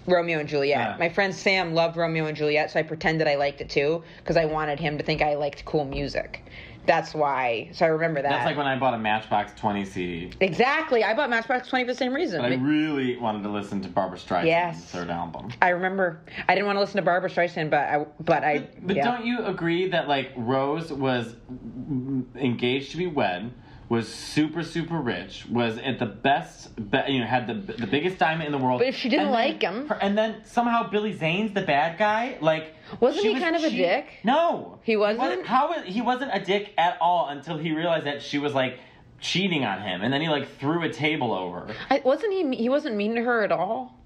S3: Romeo and Juliet.
S1: Yeah.
S3: My friend Sam loved Romeo and Juliet, so I pretended I liked it too because I wanted him to think I liked cool music. That's why. So I remember that.
S1: That's like when I bought a Matchbox 20 CD.
S3: exactly. I bought Matchbox Twenty for the same reason.
S1: But I really wanted to listen to Barbara Streisand's
S3: Yes.
S1: third album.
S3: I remember I didn't want to listen to Barbara Streisand, but I but I
S1: But
S3: yeah.
S1: don't you agree that like Rose was engaged to be wed, was super super rich, was at the best, be, you know, had the the biggest diamond in the world.
S3: But if she didn't
S1: and
S3: like
S1: then,
S3: him-
S1: her- and then somehow Billy Zane's the bad guy, like
S3: Wasn't
S1: she
S3: he kind of a
S1: she-
S3: dick?
S1: No,
S3: He wasn't?
S1: How was he wasn't a dick at all until he realized that she was like cheating on him, and then he like threw a table over.
S3: I, wasn't he he wasn't mean to her at all.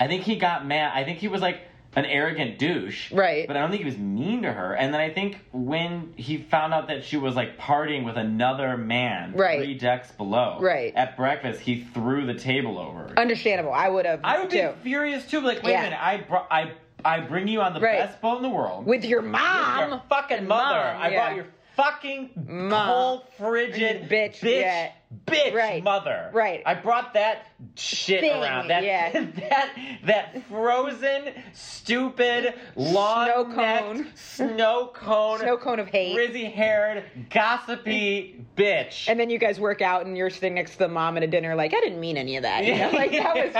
S1: I think he got mad. I think he was like an arrogant douche.
S3: Right.
S1: But I don't think he was mean to her. And then I think when he found out that she was like partying with another man
S3: Right.
S1: three decks below.
S3: Right.
S1: At breakfast, he threw the table over.
S3: Understandable. I would have.
S1: I would be
S3: too.
S1: furious too. Like, wait
S3: Yeah.
S1: a minute, I brought I I bring you on the
S3: Right.
S1: best boat in the world.
S3: with your mom.
S1: your fucking mother.
S3: Mom,
S1: I
S3: yeah.
S1: brought your fucking
S3: Mom.
S1: cold, frigid
S3: Bitch,
S1: bitch,
S3: yeah.
S1: bitch
S3: Right.
S1: mother.
S3: Right.
S1: I brought that shit
S3: Thing,
S1: around. That
S3: yeah.
S1: that that frozen, stupid, long
S3: Snow cone.
S1: snow cone,
S3: Snow cone of hate.
S1: frizzy haired, gossipy bitch.
S3: and then you guys work out, and you're sitting next to the mom at a dinner, like I didn't mean any of that. You know, like that was. Just,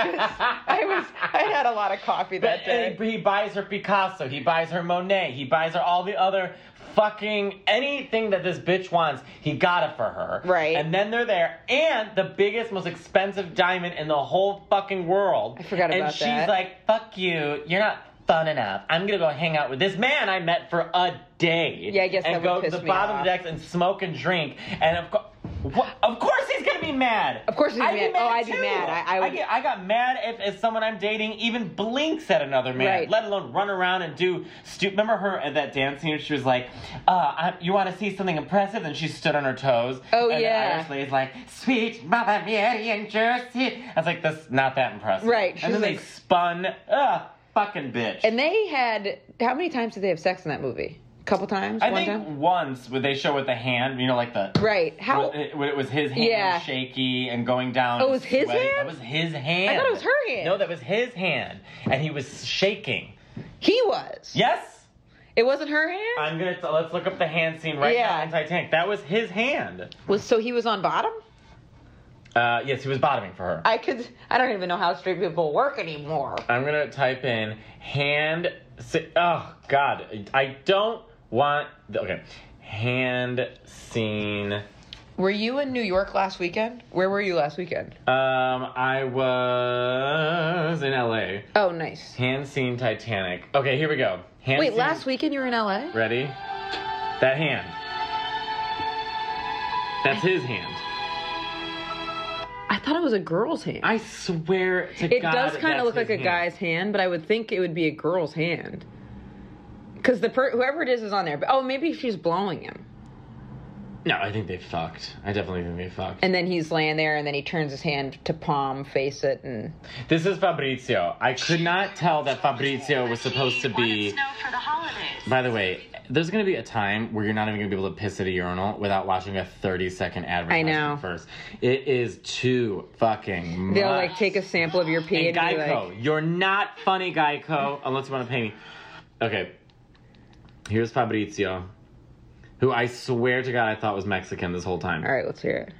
S3: I was. I had a lot of coffee that
S1: But uh,
S3: day.
S1: he, he buys her Picasso, he buys her Monet, he buys her all the other fucking anything that this bitch wants, he got it for her.
S3: Right.
S1: And then they're there, and the biggest, most expensive diamond in the whole fucking world.
S3: I forgot
S1: and
S3: about
S1: she's
S3: that.
S1: like, fuck you, you're not fun enough. I'm gonna go hang out with this man I met for a day.
S3: Yeah, I guess
S1: And
S3: that would
S1: go
S3: piss
S1: to the
S3: me
S1: bottom
S3: off.
S1: of the decks and smoke and drink. And of course, of course he's gonna be mad.
S3: Of course he's
S1: I'd be
S3: mad. Oh, I'd be
S1: too.
S3: mad. I- I would-
S1: get- I got mad if, if someone I'm dating even blinks at another man,
S3: Right.
S1: let alone run around and do stupid. Remember her at that dance scene? She was like, uh, I, "You want to see something impressive?" And she stood on her toes.
S3: Oh,
S1: and
S3: yeah.
S1: The Irish lady's like, "Sweet Mother Mary in Jersey." I was like, "That's not that impressive."
S3: Right. She
S1: And then
S3: was
S1: they
S3: like-
S1: spun. Ugh, fucking bitch.
S3: and they had how many times did they have sex in that movie? A couple times.
S1: I
S3: one
S1: think
S3: time.
S1: once when they show with the hand, you know, like the
S3: Right. How.
S1: when it, when it was his hand
S3: Yeah.
S1: shaky and going down.
S3: Oh, it
S1: and
S3: was his
S1: sweating.
S3: hand?
S1: That was his hand.
S3: thought it was her hand.
S1: No, that was his hand, and he was shaking.
S3: He was.
S1: Yes.
S3: It wasn't her hand.
S1: I'm gonna t- let's look up the hand scene right
S3: Yeah.
S1: now in Titanic. That was his hand.
S3: was so he was on bottom.
S1: Uh, yes, he was bottoming for her.
S3: I could. I don't even know how straight people work anymore.
S1: I'm gonna type in hand. si- Oh God, I don't want. Okay, hand scene. Um,
S3: Were you in New York last weekend? Where were you last weekend?
S1: Um, I was in L.A.
S3: Oh, nice.
S1: Hand scene Titanic. Okay, here we go. Hand
S3: Wait,
S1: scene-
S3: last weekend you were in LA?
S1: Ready? That hand. That's his hand.
S3: I thought it was a girl's hand.
S1: I swear to
S3: it
S1: God.
S3: does kind
S1: that's
S3: of look
S1: his
S3: like a
S1: hand.
S3: guy's hand, but I would think it would be a girl's hand. Because the per- whoever it is is on there. But, oh, maybe she's blowing him,
S1: No, I think they fucked. I definitely think they fucked.
S3: and then he's laying there, and then he turns his hand to palm face it, and
S1: This is Fabrizio. I could not tell that Fabrizio was supposed to be.
S4: snow for the holidays.
S1: By the way, there's gonna be a time where you're not even gonna be able to piss at a urinal without watching a 30 second advertisement
S3: know.
S1: first. It is too fucking much.
S3: they'll like take a sample of your pee
S1: And
S3: and, be
S1: Geico,
S3: like,
S1: you're not funny, Geico, unless you want to pay me. Okay, here's Fabrizio, who I swear to God I thought was Mexican this whole time.
S3: "All right, let's hear it."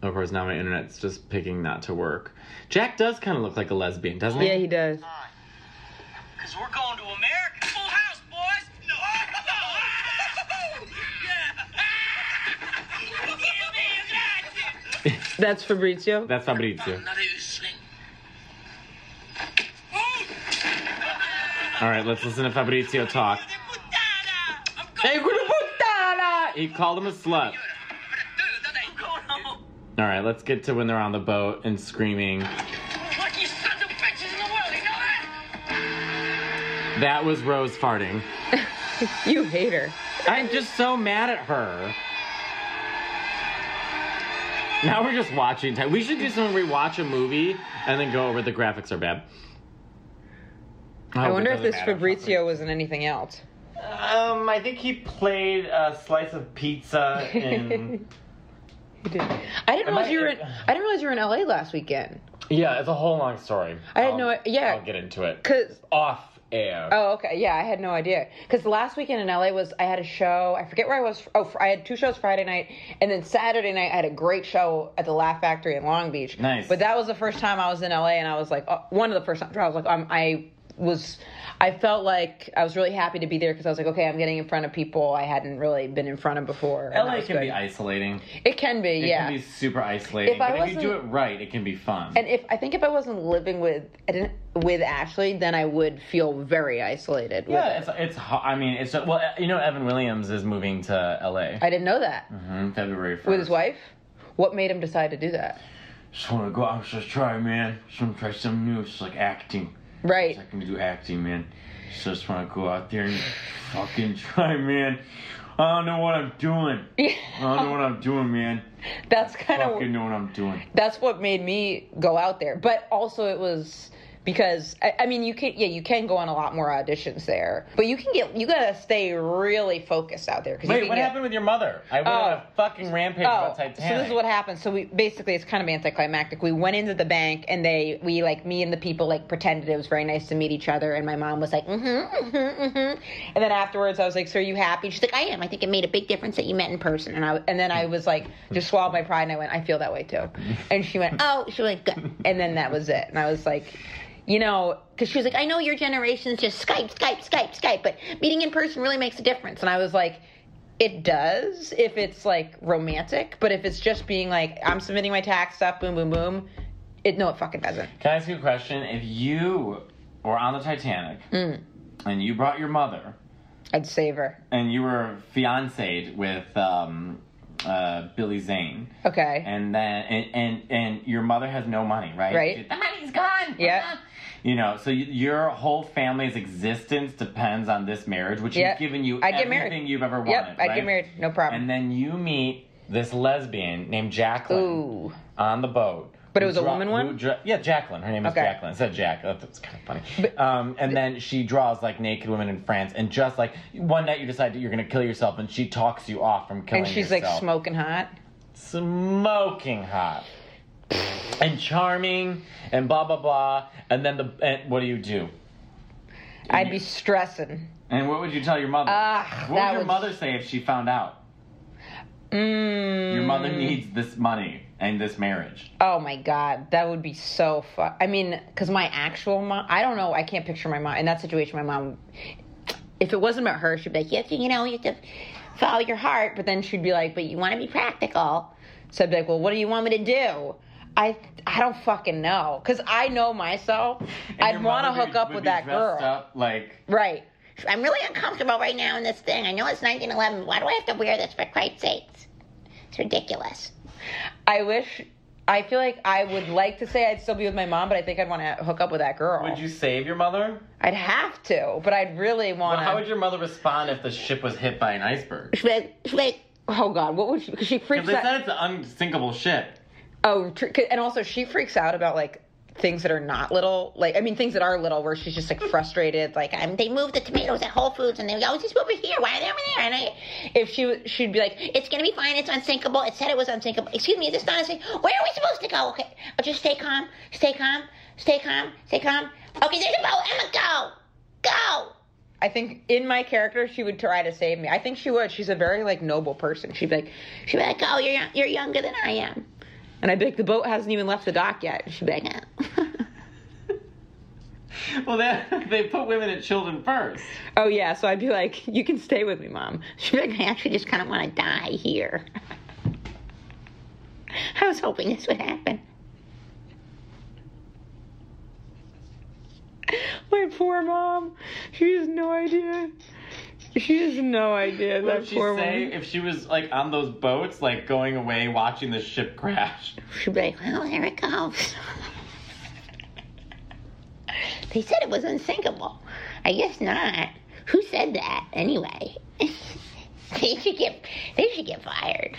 S1: Of course, now my internet's just picking not to work. Jack does kind of look like a lesbian, doesn't he?
S3: Yeah, he does.
S6: Cause we're going to America. Full house, boys. No. yeah.
S3: That's Fabrizio.
S1: That's Fabrizio. All right, let's listen to Fabrizio talk. Hey, Guru Puttana! He called him a slut. All right, let's get to when they're on the boat and screaming. That was Rose farting.
S3: you hate her.
S1: I'm just so mad at her. Now we're just watching. Ti- We should do something where we watch a movie and then go over the graphics are bad. Oh,
S3: I wonder if this Fabrizio was in anything else.
S1: Um, I think he played a slice of pizza in.
S3: He did. I didn't
S1: Am
S3: realize
S1: I-
S3: you were. In, I didn't realize you were in LA last weekend.
S1: yeah, it's a whole long story.
S3: I had
S1: I'll-
S3: no i- yeah.
S1: I'll get into it.
S3: Cause
S1: Off air.
S3: oh okay yeah I had no idea. Cause last weekend in LA was I had a show. I forget where I was. Oh fr- I had two shows Friday night and then Saturday night I had a great show at the Laugh Factory in Long Beach.
S1: Nice.
S3: But that was the first time I was in LA and I was like oh, one of the first times where I was like um, I was I felt like I was really happy to be there because I was like okay I'm getting in front of people I hadn't really been in front of before. and that
S1: LA
S3: was
S1: can be
S3: good.
S1: isolating.
S3: It can be
S1: It
S3: yeah.
S1: can be super isolating.
S3: If I
S1: but if you do it
S3: wasn't-
S1: right, it can be fun.
S3: And if I think if I wasn't living with I didn't- with Ashley, then I would feel very isolated. with
S1: yeah,
S3: it.
S1: it's it's. ho- I mean, it's well. uh, You know, Evan Williams is moving to LA.
S3: I didn't know that
S1: hmm February first.
S3: with his wife. What made him decide to do that?
S7: Just want to go out and just try, man. Just want to try something new. It's just like acting.
S3: Right.
S7: It's like I can do acting, man. So I just want to go out there and fucking try, man. I don't know what I'm doing. I don't know what I'm doing, man.
S3: that's kind of
S7: Fucking know what I'm doing.
S3: that's what made me go out there. But also, it was because I, I mean, you can yeah, you can go on a lot more auditions there, but you can get you gotta stay really focused out there. 'cause you
S1: Wait,
S3: can
S1: what
S3: get-
S1: happened with your mother? I went on
S3: Oh.
S1: a fucking rampage about Titanic.
S3: So this is what happened. So we basically it's kind of anticlimactic. We went into the bank and they we like me and the people like pretended it was very nice to meet each other and my mom was like, mm-hmm, mm-hmm, mm-hmm. And then afterwards I was like, So are you happy? She's like, I am. I think it made a big difference that you met in person. And I and then I was like, just swallowed my pride and I went, I feel that way too. And she went, Oh, she went, good. And then that was it. And I was like, you know, because she was like, I know your generation's just Skype, Skype, Skype, Skype, but meeting in person really makes a difference. And I was like, it does if it's like romantic, but if it's just being like, I'm submitting my tax stuff, boom, boom, boom, it no, it fucking doesn't.
S1: Can I ask you a question? If you were on the Titanic
S3: Mm.
S1: and you brought your mother
S3: I'd save her.
S1: and you were fiancéed with um, uh, Billy Zane,
S3: Okay.
S1: and then and, and and your mother has no money, right?
S3: Right.
S1: The money's gone.
S3: Yeah.
S1: You know, so y your whole family's existence depends on this marriage, which
S3: Yeah.
S1: has given you
S3: I'd get
S1: everything
S3: married.
S1: you've ever wanted.
S3: Yep, I'd
S1: right?
S3: get married, no problem.
S1: And then you meet this lesbian named Jacqueline
S3: Ooh.
S1: on the boat.
S3: But it
S1: who
S3: was a
S1: draw-
S3: woman
S1: who
S3: one?
S1: dra- yeah, Jacqueline. Her name is
S3: Okay.
S1: Jacqueline. It said Jack. That- That's kind of funny. um, and then she draws like naked women in France, and just like one night you decide that you're gonna kill yourself, and she talks you off from killing
S3: And she's like
S1: yourself.
S3: smoking hot.
S1: smoking hot. And charming and blah blah blah, and then the and what do you do?
S3: I'd be stressing.
S1: And what would you tell your mother?
S3: Ah,
S1: what would
S3: that
S1: your
S3: would-
S1: mother say if she found out?
S3: Mm.
S1: Your mother needs this money and this marriage.
S3: Oh my god, that would be so fun. I mean, because my actual mom, I don't know, I can't picture my mom in that situation. My mom, if it wasn't about her, she'd be like, "Yes, you know, you have to follow your heart," but then she'd be like, "But you want to be practical," so I'd be like, "Well, what do you want me to do?" I I don't fucking know, cause I know myself.
S1: And your
S3: I'd want
S1: mother
S3: to hook
S1: would-
S3: up
S1: would
S3: with
S1: be
S3: that girl,
S1: dressed Up like
S3: right?
S8: I'm really uncomfortable right now in this thing. I know it's 1911. Why do I have to wear this for Christ's sakes? It's ridiculous.
S3: I wish. I feel like I would like to say I'd still be with my mom, but I think I'd want to hook up with that girl.
S1: Would you save your mother?
S3: I'd have to, but I'd really want
S1: Well,
S3: to.
S1: how would your mother respond if the ship was hit by an iceberg?
S8: She's like, she's like,
S3: Oh God, what would she? Because she
S1: Because
S3: freaks
S1: they
S3: out.
S1: said it's an unsinkable ship.
S3: Oh, tr- 'cause- and also she freaks out about like things that are not little. Like I mean, things that are little, where she's just like frustrated. Like I'm.
S8: um, they moved the tomatoes at Whole Foods and they always just over here. Why are they over there? And I,
S3: If she w- she'd be like,
S8: it's gonna be fine. It's unsinkable. It said it was unsinkable. Excuse me, is this not unsinkable? Where are we supposed to go? Okay, oh, just stay calm. Stay calm. Stay calm. Stay calm. Okay, there's a boat. Emma, go. Go.
S3: I think in my character she would try to save me. I think she would. She's a very like noble person. She'd be like,
S8: She'd be like, oh, you're young- you're younger than I am.
S3: and I'd be like, the boat hasn't even left the dock yet. She'd be like, eh.
S1: Well, they, they put women and children first.
S3: oh yeah. So I'd be like, you can stay with me, mom.
S8: She'd be like, I actually just kind of want to die here. I was hoping this would happen.
S3: My poor mom. She has no idea. She has no idea
S1: What
S3: that
S1: would she
S3: poor
S1: say
S3: woman.
S1: if she was like on those boats, like going away, watching the ship crash?
S8: She'd be like, well, there it goes. they said it was unsinkable. I guess not. Who said that anyway? they should get they should get fired.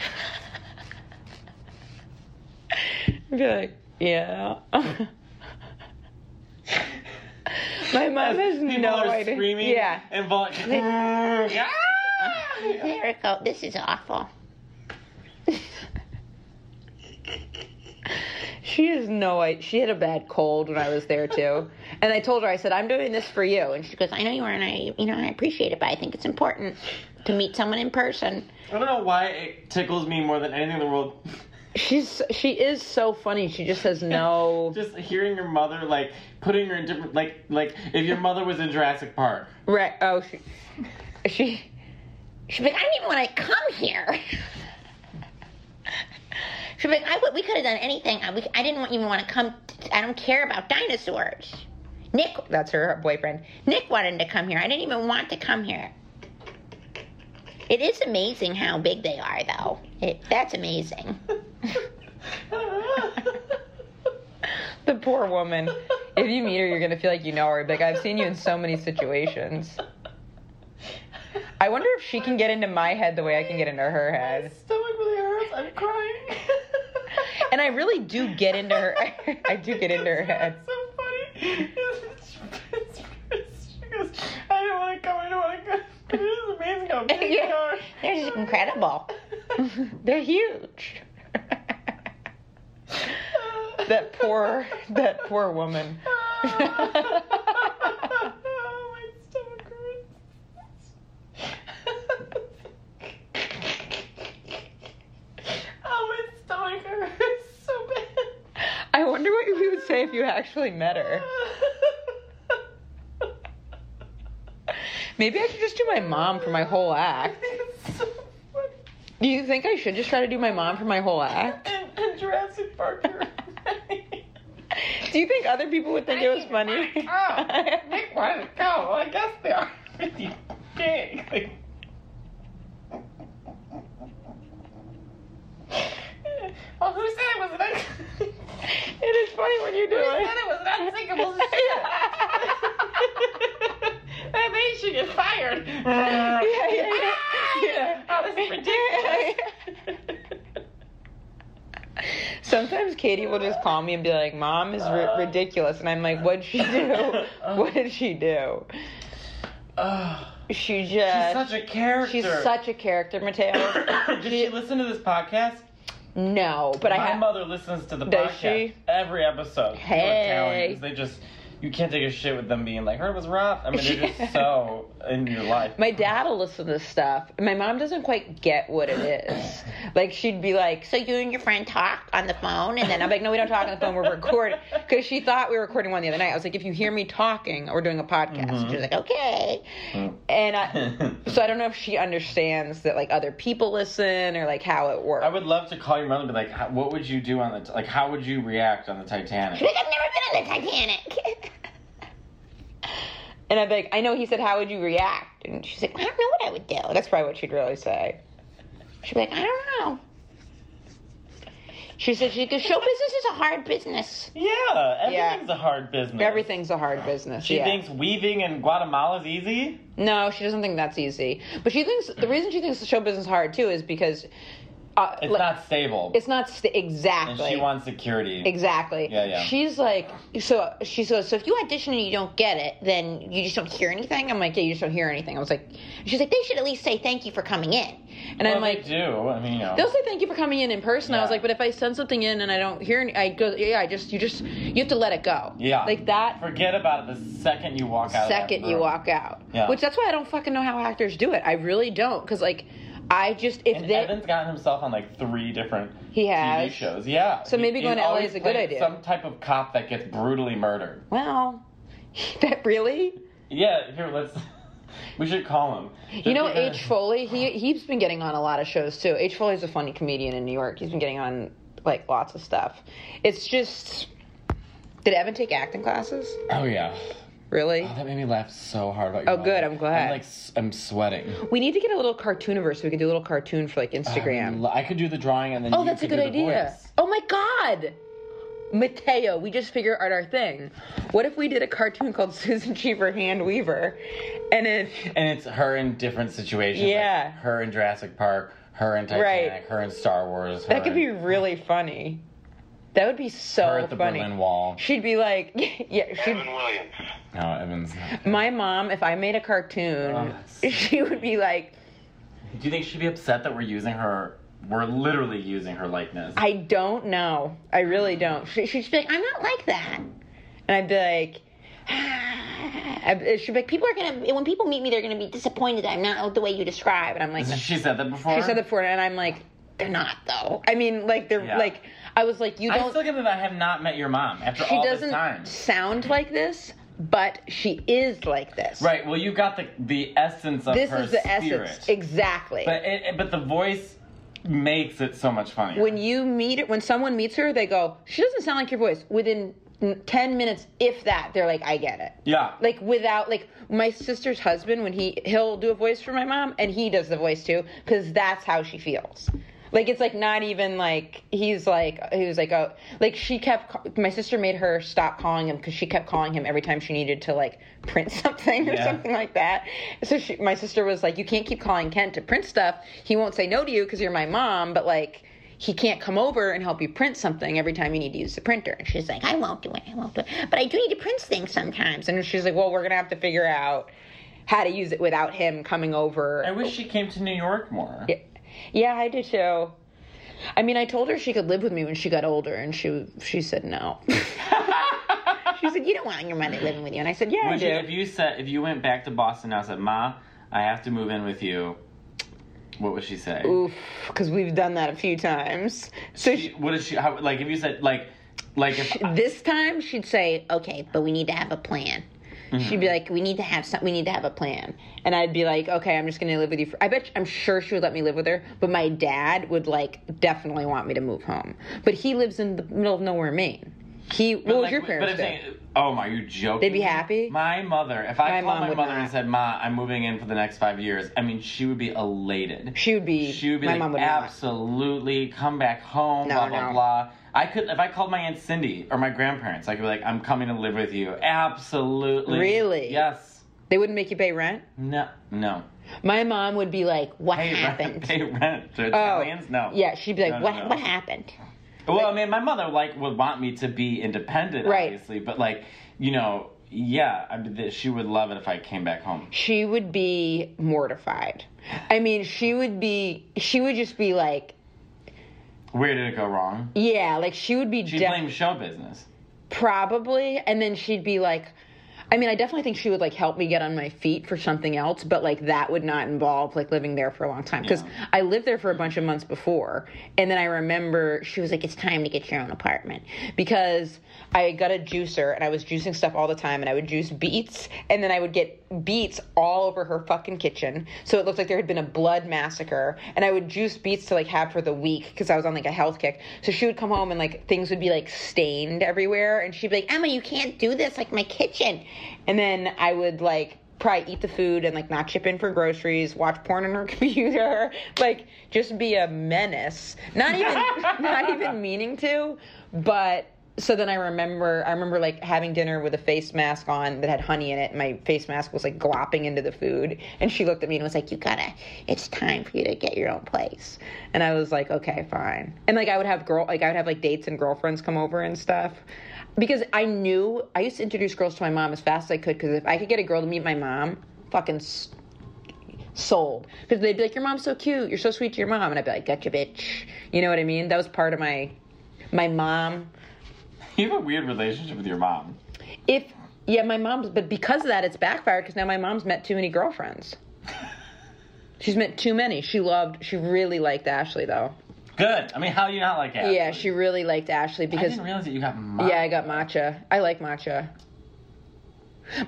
S3: I'd be like, yeah. My mom has
S1: People
S3: no
S1: are
S3: idea.
S1: screaming
S3: Yeah.
S1: and vol-
S8: there it goes. This is awful.
S3: She has no idea. She had a bad cold when I was there too. and I told her, I said, I'm doing this for you. And she
S8: She goes, I know you are, and I you know I appreciate it, but I think it's important to meet someone in person.
S1: I don't know why it tickles me more than anything in the world.
S3: she's she is so funny. She just has no
S1: Just hearing your mother like putting her in different like like if your mother was in Jurassic Park.
S3: right. Oh, she she
S8: She'd be like, I didn't even want to come here. She'd be like, I would, we could have done anything. I, we, I didn't want, even want to come. I don't care about dinosaurs. Nick,
S3: that's her boyfriend.
S8: Nick wanted to come here. I didn't even want to come here. It is amazing how big they are, though. It, that's amazing.
S3: The poor woman. If you meet her, you're gonna feel like you know her. Like I've seen you in so many situations. I wonder if she can get into my head the way I can get into her head.
S1: Stomach really hurts. I'm crying.
S3: And I really do get into her. I do get into her head.
S1: so funny. she goes, I didn't want to come. I didn't want to come. It is amazing how big they are.
S8: They're just incredible.
S3: They're huge. that poor, that poor woman.
S1: oh, my stomach Oh, hurts. oh, my stomach hurts so bad.
S3: I wonder what you would say if you actually met her. Maybe I should just do my mom for my whole act.
S1: It's so funny.
S3: Do you think I should just try to do my mom for my whole act?
S1: And, and Jurassic Park. you're right.
S3: Do you think other people would think oh. it was funny?
S1: Nick, why did it go? Well, I guess they are pretty big. Like... Well, who said it was an un-
S3: it is funny when you do
S1: Who said
S3: it.
S1: it was an unsinkable ship? that means you get fired.
S3: Yeah, yeah, yeah.
S1: Oh, this is ridiculous.
S3: Sometimes Katie will just call me and be like, "Mom is
S1: Uh.
S3: ri- ridiculous," and I'm like, "What'd she do? What did she do?" She
S1: she's
S3: just
S1: such a character.
S3: she's such a character, Mateo.
S1: Did she listen to this podcast?
S3: no, but I
S1: My
S3: have
S1: mother listens to the
S3: Does
S1: podcast
S3: she?
S1: every episode. They're
S3: Hey.
S1: Italians. They just you can't take a shit with them being like, "Her was rough." I mean, they're just so in your life.
S3: My dad will listen to this stuff. and My mom doesn't quite get what it is. Like she'd be like,
S8: So you and your friend talked on the phone, and
S3: and
S8: then
S3: I'm like, no, we don't talk on the phone. We're recording because she thought we were recording one the other night. I was like, if you hear me talking, we're doing a podcast.
S1: Mm-hmm.
S3: She was like, okay. And I, so I don't know if she understands that like other people listen or like how it works.
S1: I would love to call your mother and be like, "How- "What would you do on the t- like? How would you react on the Titanic?"
S8: like I've never been on the Titanic.
S3: and I'd be like, I know he said, how would you react? And she's like,
S8: I don't know what I would do.
S3: that's probably what she'd really say.
S8: She'd be like, I don't know. She said she goes, show business is a hard business.
S1: Yeah,
S3: Yeah.
S1: everything's a hard business.
S3: Everything's a hard business.
S1: She
S3: yeah.
S1: thinks weaving in Guatemala's easy.
S3: No, she doesn't think that's easy. But she thinks the reason she thinks the show business hard too is because uh,
S1: It's
S3: like,
S1: not stable,
S3: it's not st-
S1: and
S3: exactly
S1: she wants security.
S3: exactly.
S1: Yeah, yeah.
S3: She's like, so she says, so if
S8: If you audition and you don't get it, then you just don't hear anything. I'm like, yeah, you just don't hear anything. I was like, she's like, they should at least say thank you for coming in.
S3: and
S1: Well,
S3: I'm
S1: they
S3: like.
S1: do. I mean, you know.
S3: They'll say thank you for coming in in person. I was
S1: Yeah.
S3: like, but if I send something in and I don't hear, any, I go, yeah, I just you just you have to let it go.
S1: Yeah.
S3: like that
S1: Forget about it the second you walk out. of
S3: second
S1: that
S3: you
S1: room.
S3: walk out.
S1: Yeah.
S3: Which that's why I don't fucking know how actors do it. I really don't, because like, I just if
S1: And
S3: they
S1: Evan's gotten himself on like three different
S3: He has.
S1: TV shows. Yeah.
S3: So maybe going to LA
S1: always
S3: is a good
S1: plays
S3: idea.
S1: Some type of cop that gets brutally murdered.
S3: well, that really.
S1: Yeah. Here, let's. we should call him.
S3: You know,
S1: Just
S3: H.
S1: because-
S3: Foley, he, he's been getting on a lot of shows too. H. Foley's a funny comedian in New York. He's been getting on, like, lots of stuff. It's just. Did Evan take acting classes?
S1: Oh yeah.
S3: Really?
S1: Oh, that made me laugh so hard. About your
S3: Oh,
S1: mom.
S3: good, I'm glad.
S1: I'm like s- I'm sweating.
S3: We need to get a little cartooniverse so we can do a little cartoon for, like,
S1: I,
S3: Instagram.
S1: lo- I could do the drawing and then.
S3: oh,
S1: you
S3: that's a
S1: could
S3: good
S1: do the
S3: idea.
S1: voice.
S3: Oh my god! Mateo, we just figured out our thing. What if we did a cartoon called Susan Cheever Hand Weaver? And then.
S1: And it's her in different situations. like
S3: Yeah.
S1: her in Jurassic Park. Her in Titanic.
S3: Right.
S1: Her in Star Wars. her
S3: That could be
S1: in-
S3: really funny. That would be so
S1: Her at the
S3: funny.
S1: Berlin Wall.
S3: She'd be like, yeah, she'd
S9: Evan Williams.
S1: No, Evan's.
S3: My mom, if I made a cartoon,
S1: Oh.
S3: she would be like,
S1: Do you think she'd be upset that we're using her? We're literally using her likeness.
S3: I don't know. I really don't. She, she'd just be like, I'm not like that. And I'd be like, I- she'd be like, people
S8: People are gonna when people meet me, they're gonna be disappointed that I'm not the way you describe.
S3: are, and I'm like, she
S1: she said that before.
S3: said that before, and I'm like, they're not though. I mean, like they're
S1: Yeah.
S3: like, I was like, you
S1: I
S3: don't.
S1: still can't believe I have not met your mom after
S3: she
S1: all this time.
S3: doesn't sound like this, but she is like this.
S1: Right. Well, you got the the essence of
S3: This
S1: her
S3: is the
S1: spirit.
S3: essence exactly.
S1: But it, it- but the voice makes it so much funnier.
S3: when you meet her, when someone meets her, they go, she doesn't sound like your voice. Within n- ten minutes, if that, they're like, I get it.
S1: yeah.
S3: Like without like my sister's husband when he he'll do a voice for my mom and he does the voice too because that's how she feels. Like it's like not even like he's like he was like oh like she kept ca- my sister made her stop calling him because she kept calling him every time she needed to like print something or
S1: Yeah.
S3: something like that. So she, my sister was like, you can't keep calling Kent to print stuff. He won't say no to you because you're my mom, but like he can't come over and help you print something every time you need to use the printer. And she's like,
S8: Like I won't do it. I won't do it. But I do need to print things sometimes.
S3: and she's like, "Well, we're gonna have to figure out how to use it without him coming
S1: I
S3: over."
S1: wish she came to New York more.
S3: Yeah, I do too. I mean, I told her she could live with me when she got older, and she she said no.
S8: She said, You don't want your mother living with you. And I said,
S3: yeah, I
S1: Would you, if
S3: did.
S1: you said if you went back to Boston now and said, "Ma, I have to move in with you," what would she say?
S3: Oof, because we've done that a few times. So
S1: She- What is she? How, like if you said like like if
S8: This time she'd say, Okay, but we need to have a plan.
S3: she'd
S1: Mm-hmm.
S3: be
S8: Be
S3: like,
S8: like, we need to have some we need to have a plan.
S3: and I'd be like, "Okay, I'm just gonna live with you." For, I bet I'm sure she would let me live with her, but my dad would like definitely want me to move home. But he lives in the middle of nowhere, Maine. He what would
S1: like,
S3: your parents
S1: if
S3: do?
S1: they- oh my, you joking?
S3: They'd be happy?
S1: My mother, if I
S3: My
S1: called
S3: mom
S1: my
S3: would
S1: mother
S3: not.
S1: and said, "Ma, I'm moving in for the next five years," I mean, she would be elated.
S3: she would be.
S1: She would be
S3: my
S1: like,
S3: mom would not.
S1: absolutely, come back home,
S3: No,
S1: blah, blah,
S3: no.
S1: blah. I could, if I called my Aunt Cindy or my grandparents, I could be like, I'm coming to live with you. Absolutely.
S3: Really?
S1: Yes.
S3: They wouldn't make you pay rent.
S1: No, no.
S3: My mom would be like,
S8: What
S1: Pay rent,
S8: happened?
S1: pay rent to Italians? No.
S3: Oh, Yeah, she'd be like,
S1: No, no,
S3: what?
S8: What
S1: no.
S8: what happened?
S1: Well, I mean, my mother like would want me to be independent,
S3: Right.
S1: obviously, but like, you know, yeah, I mean, th- she would love it if I came back home.
S3: She would be mortified. I mean, she would be. She would just be like,
S1: Where did it go wrong?
S3: yeah, like she would be.
S1: She
S3: def-
S1: blames show business.
S3: Probably. And then she'd be like, I mean, I definitely think she would like help me get on my feet for something else, but like that would not involve like living there for a long time. Because
S1: Yeah.
S3: I lived there for a bunch of months before. And then I remember she was like, it's time to get your own apartment. Because I got a juicer and I was juicing stuff all the time and I would juice beets and then I would get beets all over her fucking kitchen. So it looked like there had been a blood massacre. And I would juice beets to like have for the week because I was on like a health kick. So she would come home and like things would be like stained everywhere and she'd be like,
S8: Emma, you can't do this like my kitchen.
S3: and then I would like probably eat the food and like not chip in for groceries, watch porn on her computer, like just be a menace. Not even not even meaning to, but so then I remember I remember like having dinner with a face mask on that had honey in it. And my face mask was like glopping into the food and she looked at me and was like, "You got to it's time for you to get your own place." And I was like, "Okay, fine." And like I would have girl like I would have like dates and girlfriends come over and stuff because I knew I used to introduce girls to my mom as fast as I could because if I could get a girl to meet my mom, fucking s- sold. Because they'd be like, "Your mom's so cute. You're so sweet to your mom," and I'd be like, "Gotcha, bitch." You know what I mean? That was part of my my mom.
S1: You have a weird relationship with your mom.
S3: If yeah, my mom's, but because of that, it's backfired because now my mom's met too many girlfriends. She's met too many. She loved. She really liked Ashley though.
S1: Good. I mean, how do you not like Ashley?
S3: Yeah, she really liked Ashley
S1: I
S3: because
S1: didn't realize that you got mom.
S3: Yeah, I got matcha. I like matcha.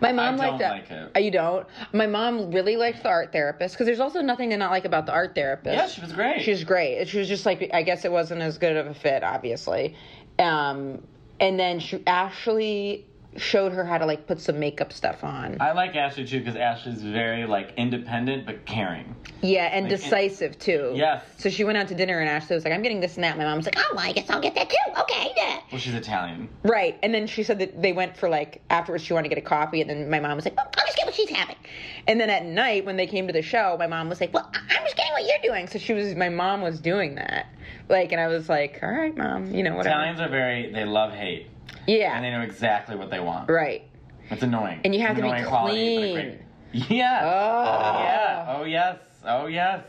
S3: My mom
S1: don't
S3: liked that.
S1: like it.
S3: Uh, You don't. My mom really liked the art therapist because there's also nothing to not like about the art therapist.
S1: Yeah, she was great.
S3: She was great. She was just like I guess it wasn't as good of a fit, obviously. Um, and then she Ashley showed her how to like put some makeup stuff on.
S1: I like Ashley too because Ashley's very like independent but caring.
S3: yeah, and
S1: Like, it-
S3: decisive too.
S1: Yes.
S3: So she went out to dinner and Ashley was like, "I'm getting this and that." My mom's like, "Oh,
S8: Oh, well, I guess I'll get that too. Okay, yeah.
S1: Well, she's Italian.
S3: right." And then she said that they went for like afterwards. She wanted to get a coffee, and then my mom was like,
S8: Well, I'll just get what she's having.
S3: And then at night when they came to the show, my mom was like, "Well, I-
S8: I'm just getting what you're
S3: you're doing." So she was, my mom was doing that, like, and I was like, "All right, mom, you know whatever."
S1: Italians are very they love hate and they
S3: Yeah,
S1: know exactly what they want.
S3: right.
S1: It's annoying.
S3: And you have
S1: It's
S3: to be
S1: annoying quality, but a great- Yeah.
S3: Oh.
S1: Yeah. Oh yes. Oh yes.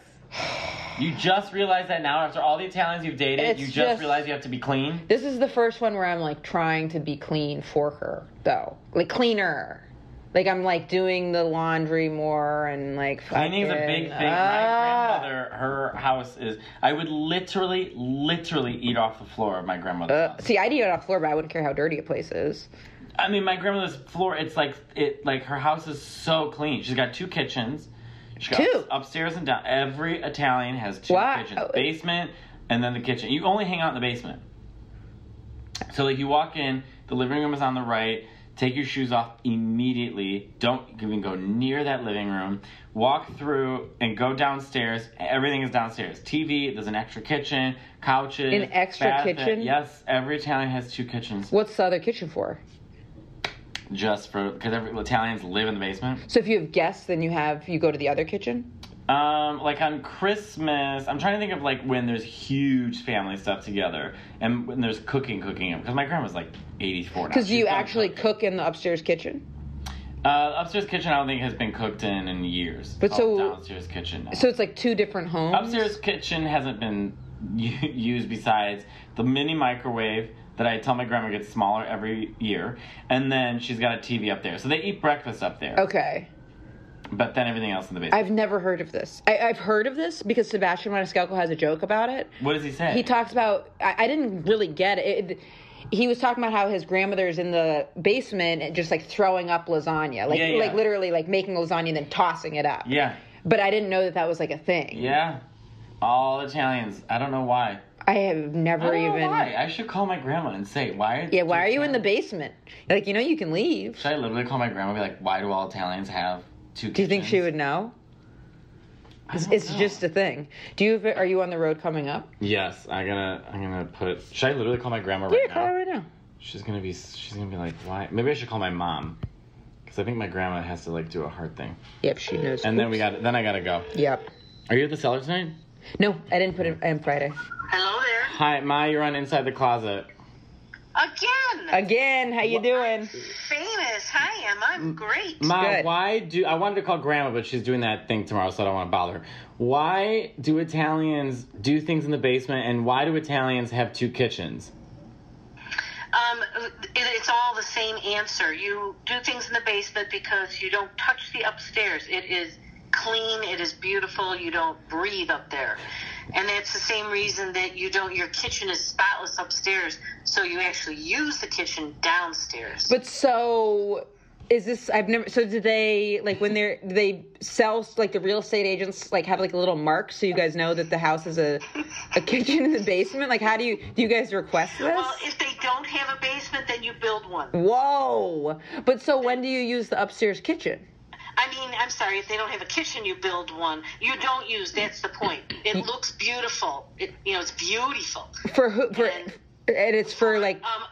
S1: You just realize that now after all the Italians you've dated,
S3: It's
S1: you just,
S3: just-
S1: realize you have to be clean.
S3: This is the first one where I'm like trying to be clean for her, though, like cleaner. Like I'm like doing the laundry more and like
S1: Cleaning is a
S3: fucking-
S1: big thing.
S3: Ah.
S1: My grandmother, her house is. I would literally, literally eat off the floor of my grandmother's
S3: Uh,
S1: house.
S3: see, I'd eat it off the floor, but I wouldn't care how dirty a place is.
S1: I mean, my grandmother's floor. It's like it. Like her house is so clean. She's got two kitchens. She got
S3: Two?
S1: upstairs and down. Every Italian has two
S3: Wow.
S1: kitchens: basement and then the kitchen. You only hang out in the basement. So like you walk in, the living room is on the right. Take your shoes off immediately. Don't even go near that living room. Walk through and go downstairs. Everything is downstairs. TV. There's an extra kitchen, couches,
S3: An extra
S1: bath-
S3: kitchen?
S1: Yes, every Italian has two kitchens
S3: What's the other kitchen for?
S1: just for because Italians live in the basement.
S3: So if you have guests, then you have you go to the other kitchen.
S1: Um, like on Christmas, I'm trying to think of like when there's huge family stuff together and when there's cooking, cooking because my grandma's like 84 now.
S3: Because
S1: She's
S3: you
S1: done
S3: actually
S1: cooking.
S3: cook in the upstairs kitchen.
S1: Uh, upstairs kitchen, I don't think has been cooked in in years.
S3: But
S1: It's
S3: so-
S1: all downstairs kitchen. Now.
S3: So it's like two different homes.
S1: upstairs kitchen hasn't been u- used besides the mini microwave that I tell my grandma gets smaller every year, and then she's got a TV up there, so they eat breakfast up there.
S3: Okay.
S1: But then everything else in the basement.
S3: I've never heard of this. I, I've heard of this because Sebastian Maniscalco has a joke about it.
S1: what does he say?
S3: He talks about. I, I didn't really get it. It- He was talking about how his grandmother's in the basement and just like throwing up lasagna, like
S1: Yeah, yeah.
S3: like literally like making lasagna and then tossing it up.
S1: Yeah.
S3: But I didn't know that that was like a thing.
S1: Yeah, all Italians. I don't know why.
S3: I have never
S1: I don't know
S3: even.
S1: why. I should call my grandma and say why.
S3: Yeah. Why are you in the basement? Like you know you can leave.
S1: Should I literally call my grandma and be like, why do all Italians have two?
S3: Do you think she would know? It's, it's just a thing. Do you are you on the road coming up?
S1: Yes, I'm gonna. I'm gonna put. Should I literally call my grandma right
S3: Yeah,
S1: now?
S3: call her right now.
S1: She's gonna be. She's gonna be like, why? Maybe I should call my mom. Because I think my grandma has to like do a hard thing.
S3: Yep, she knows.
S1: And then we got. Then I gotta go.
S3: Yep.
S1: Are you at the cellar tonight?
S3: No, I didn't put it in Friday.
S6: Hello there.
S1: Hi, Ma. You're on Inside the Closet.
S6: Again.
S3: Again, how you doing?
S6: Famous. Hi, Emma. I'm great.
S1: Ma,
S3: Good.
S1: why do I wanted to call grandma, but she's doing that thing tomorrow, so I don't want to bother her. Why do Italians do things in the basement, and why do Italians have two kitchens?
S6: Uh,
S10: Um, it, it's all the same answer. You do things in the basement because you don't touch the upstairs. It is clean. It is beautiful. You don't breathe up there. And that's the same reason that you don't, your kitchen is spotless upstairs, so you actually use the kitchen downstairs.
S3: But so is this? I've never. So do they like when they're do they sell like the real estate agents like have like a little mark so you guys know that the house is a a kitchen in the basement? Like how do you do you guys request this?
S10: well, if they don't have a basement, then you build one.
S3: Whoa! But so when do you use the upstairs kitchen?
S10: I mean, I'm sorry, if they don't have a kitchen, you build one. You don't use, that's the point. It
S3: Mm.
S10: looks beautiful. It, you know, it's beautiful.
S3: For who? For
S10: And-
S3: and it's for like
S10: um,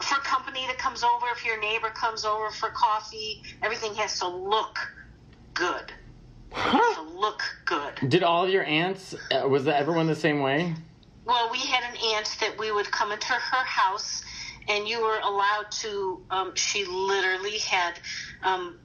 S10: for company that comes over, if your neighbor comes over for coffee, everything has to look good. It has to look good.
S1: Did all of your aunts? Uh, was that everyone the same way?
S10: Well, we had an aunt that we would come into her house, and you were allowed to. Um, she literally had um,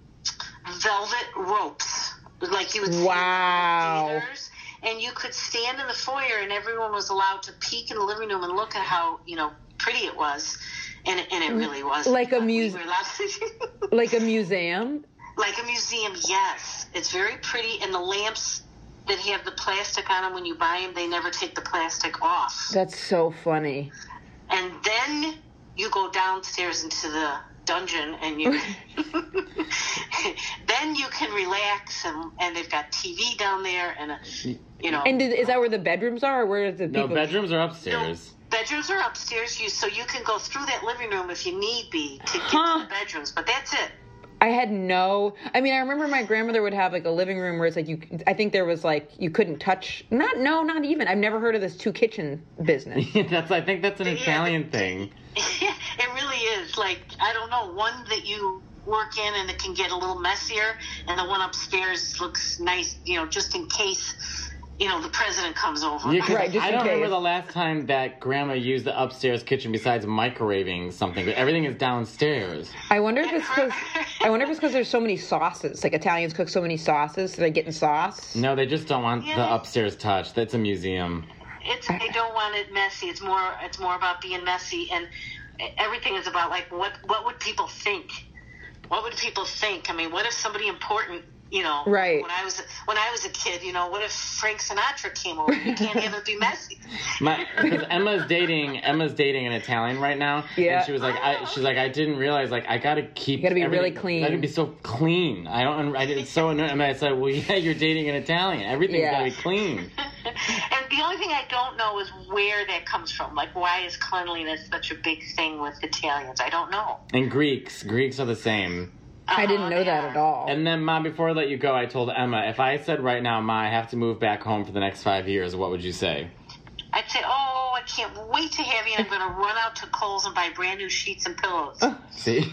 S10: velvet ropes, like you would see
S3: Wow.
S10: in theaters, and you could stand in the foyer, and everyone was allowed to peek in the living room and look at how you know pretty it was, and and it really was
S3: Mm, Like a
S10: We
S3: muse-
S10: were allowed-
S3: like a museum.
S10: like a museum. Yes, it's very pretty, and the lamps that have the plastic on them when you buy them, they never take the plastic off.
S3: That's so funny.
S10: and then you go downstairs into the dungeon and you then you can relax and, and they've got tv down there and a, you know
S3: And did, is that where the bedrooms are, or where is the
S1: No,
S3: people?
S1: bedrooms are upstairs.
S10: bedrooms are upstairs you so you can go through that living room if you need be to get
S3: Huh.
S10: to the bedrooms but that's it
S3: I had no. I mean, I remember my grandmother would have like a living room where it's like you. I think there was like you couldn't touch. Not no, not even. I've never heard of this two kitchen business.
S1: that's. I think that's an Italian thing.
S10: it really is like i don't know one that you work in and it can get a little messier and the one upstairs looks nice you know just in case you know the president comes over
S1: Yeah, 'cause
S3: Right, just
S1: I
S3: in
S1: don't remember
S3: case.
S1: the last time that Grandma used the upstairs kitchen besides microwaving something. But everything is downstairs.
S3: I wonder if it's because. I wonder if it's because there's so many sauces. Like Italians cook so many sauces, so they're getting sauce.
S1: No, they just don't want the
S10: Yeah.
S1: upstairs touch. That's a museum.
S10: It's they don't want it messy. It's more it's more about being messy and everything is about like what what would people think? What would people think? I mean, what if somebody important, you know,
S3: Right.
S10: when I was when I was a kid, you know, what if Frank Sinatra came over? You can't have it be messy.
S1: My, because Emma's dating Emma's dating an Italian right now.
S3: Yeah.
S1: And she was like, I, she's like, I didn't realize. Like, I gotta keep.
S3: You gotta be
S1: everything-
S3: really clean.
S1: I gotta be so clean. I don't. I, it's so annoying. I, mean, I said, well, yeah, you're dating an Italian. Everything's
S3: Yeah.
S1: gotta be clean.
S10: and the only thing I don't know is where that comes from. Like why is cleanliness such a big thing with Italians? I don't know.
S1: And Greeks, Greeks are the same.
S3: I
S10: Uh-huh.
S3: didn't know that at all.
S1: And then, Ma, before I let you go, I told Emma, if I said right now, Ma, I have to move back home for the next five years, what would you say?
S10: I'd say, "Oh, I can't wait to have you and I'm going to run out to Kohl's and buy brand new sheets and pillows."
S1: See?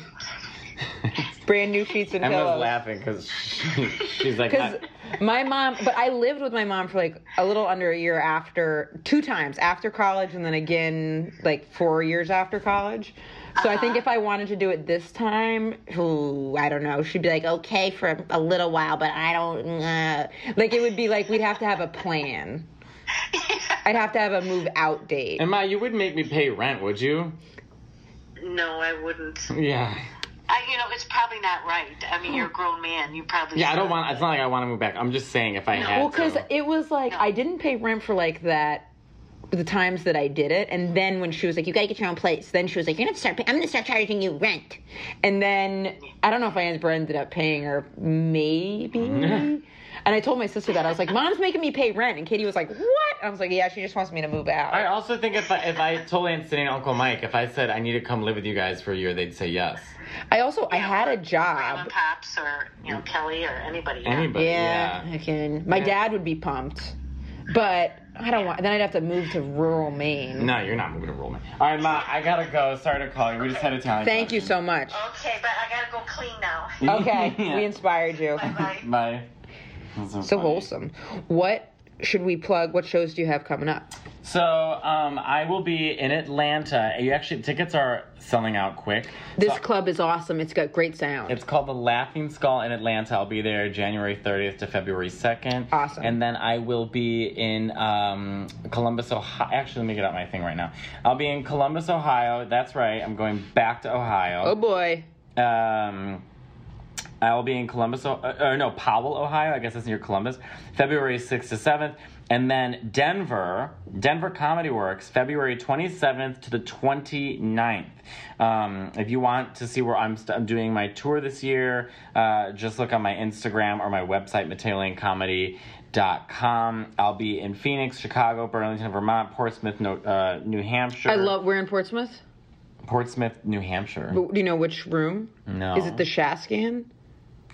S3: Brand new sheets and
S1: Emma's
S3: pillows.
S1: laughing because she's like,
S3: Because
S1: I-
S3: my mom, but I lived with my mom for like a little under a year after, two times after college, and then again like four years after college. So I think if I wanted to do it this time, ooh, I don't know. She'd be like, okay, for a, a little while, but I don't. Uh. Like it would be like we'd have to have a plan. I'd have to have a move out date.
S1: and Ma, you would make me pay rent, would you?
S10: No, I wouldn't.
S1: Yeah.
S10: I, you know, it's probably not right. I mean, you're a grown man. You probably
S1: Yeah, I don't
S10: should.
S1: want, it's not like I want to move back. I'm just saying if I had
S3: Well,
S1: to.
S3: because it was like I didn't pay rent for like that. The times that I did it, and then when she was like, "You gotta get your own place," then she was like, "You're gonna have to start. Pay- I'm gonna start charging you rent." And then I don't know if I ever ended up paying her, maybe. and I told my sister that I was like, "Mom's making me pay rent," and Katie was like, "What?" And I was like, "Yeah, she just wants me to move out."
S1: I also think if I, if I told Aunt Cindy and Uncle Mike, if I said I need to come live with you guys for a year, they'd say yes.
S3: I also I had a
S10: Mom
S3: job.
S10: and pops or you know Kelly or anybody. yeah.
S1: Anybody,
S3: Yeah,
S1: yeah.
S3: I can. My dad would be pumped, but I don't want. Then I'd have to move to rural Maine.
S1: No, you're not moving to Rollman. All right, Ma, I gotta go. Sorry to call you. We just had a Italian.
S3: Thank you so much.
S10: Okay, but I gotta go clean now.
S3: Okay, we inspired you.
S10: Bye.
S1: Bye. That's
S3: So
S1: funny.
S3: wholesome. What should we plug? What shows do you have coming up?
S1: So um, I will be in Atlanta. You actually tickets are selling out quick.
S3: This
S1: So-
S3: club is awesome. It's got great sound.
S1: It's called the Laughing Skull in Atlanta. I'll be there January 30th to February 2nd.
S3: Awesome.
S1: And then I will be in um, Columbus, Ohio. Actually, let me get out my thing right now. I'll be in Columbus, Ohio. That's right. I'm going back to
S3: oh
S1: Ohio.
S3: boy.
S1: Um, I'll be in Columbus, O- uh, or no, Powell, Ohio. I guess that's near Columbus. February 6th to 7th. And then Denver, Denver Comedy Works, February 27th to the 29th. Um, if you want to see where I'm, st- I'm doing my tour this year, uh, just look on my Instagram or my website, MatelianComedy.com. I'll be in Phoenix, Chicago, Burlington, Vermont, Portsmouth, no, uh, New Hampshire.
S3: I love. We're in Portsmouth.
S1: Portsmouth, New Hampshire.
S3: But do you know which room?
S1: No,
S3: Is it the Shaskan?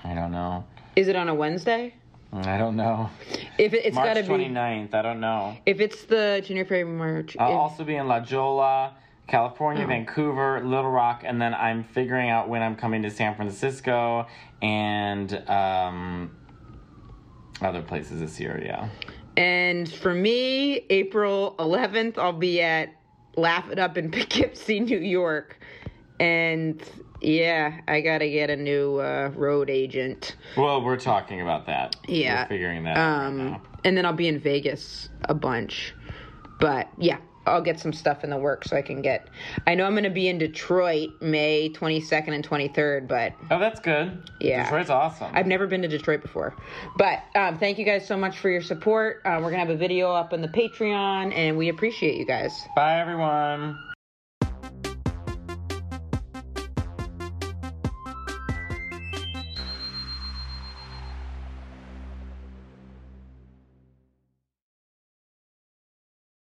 S1: I don't know.
S3: Is it on a Wednesday?
S1: Mm, I don't know.
S3: If it, it's got
S1: March
S3: to
S1: twenty
S3: be.
S1: ninth. I don't know.
S3: If it's the Junior Perry March.
S1: I'll
S3: if-
S1: also be in La Jolla, California,
S3: Mm.
S1: Vancouver, Little Rock, and then I'm figuring out when I'm coming to San Francisco and um, other places this year. Yeah.
S3: And for me, April 11th, I'll be at Laugh It Up in Poughkeepsie, New York. And yeah, I got to get a new uh, road agent.
S1: Well, we're talking about that.
S3: Yeah.
S1: We're figuring that out. right
S3: Um,
S1: now.
S3: and then I'll be in Vegas a bunch. But yeah, I'll get some stuff in the work so I can get. I know I'm going to be in Detroit May 22nd and 23rd, but
S1: Oh, that's good.
S3: Yeah.
S1: Detroit's awesome.
S3: I've never been to Detroit before. But um, thank you guys so much for your support. Uh, we're going to have a video up on the Patreon, and we appreciate you guys.
S1: Bye, everyone.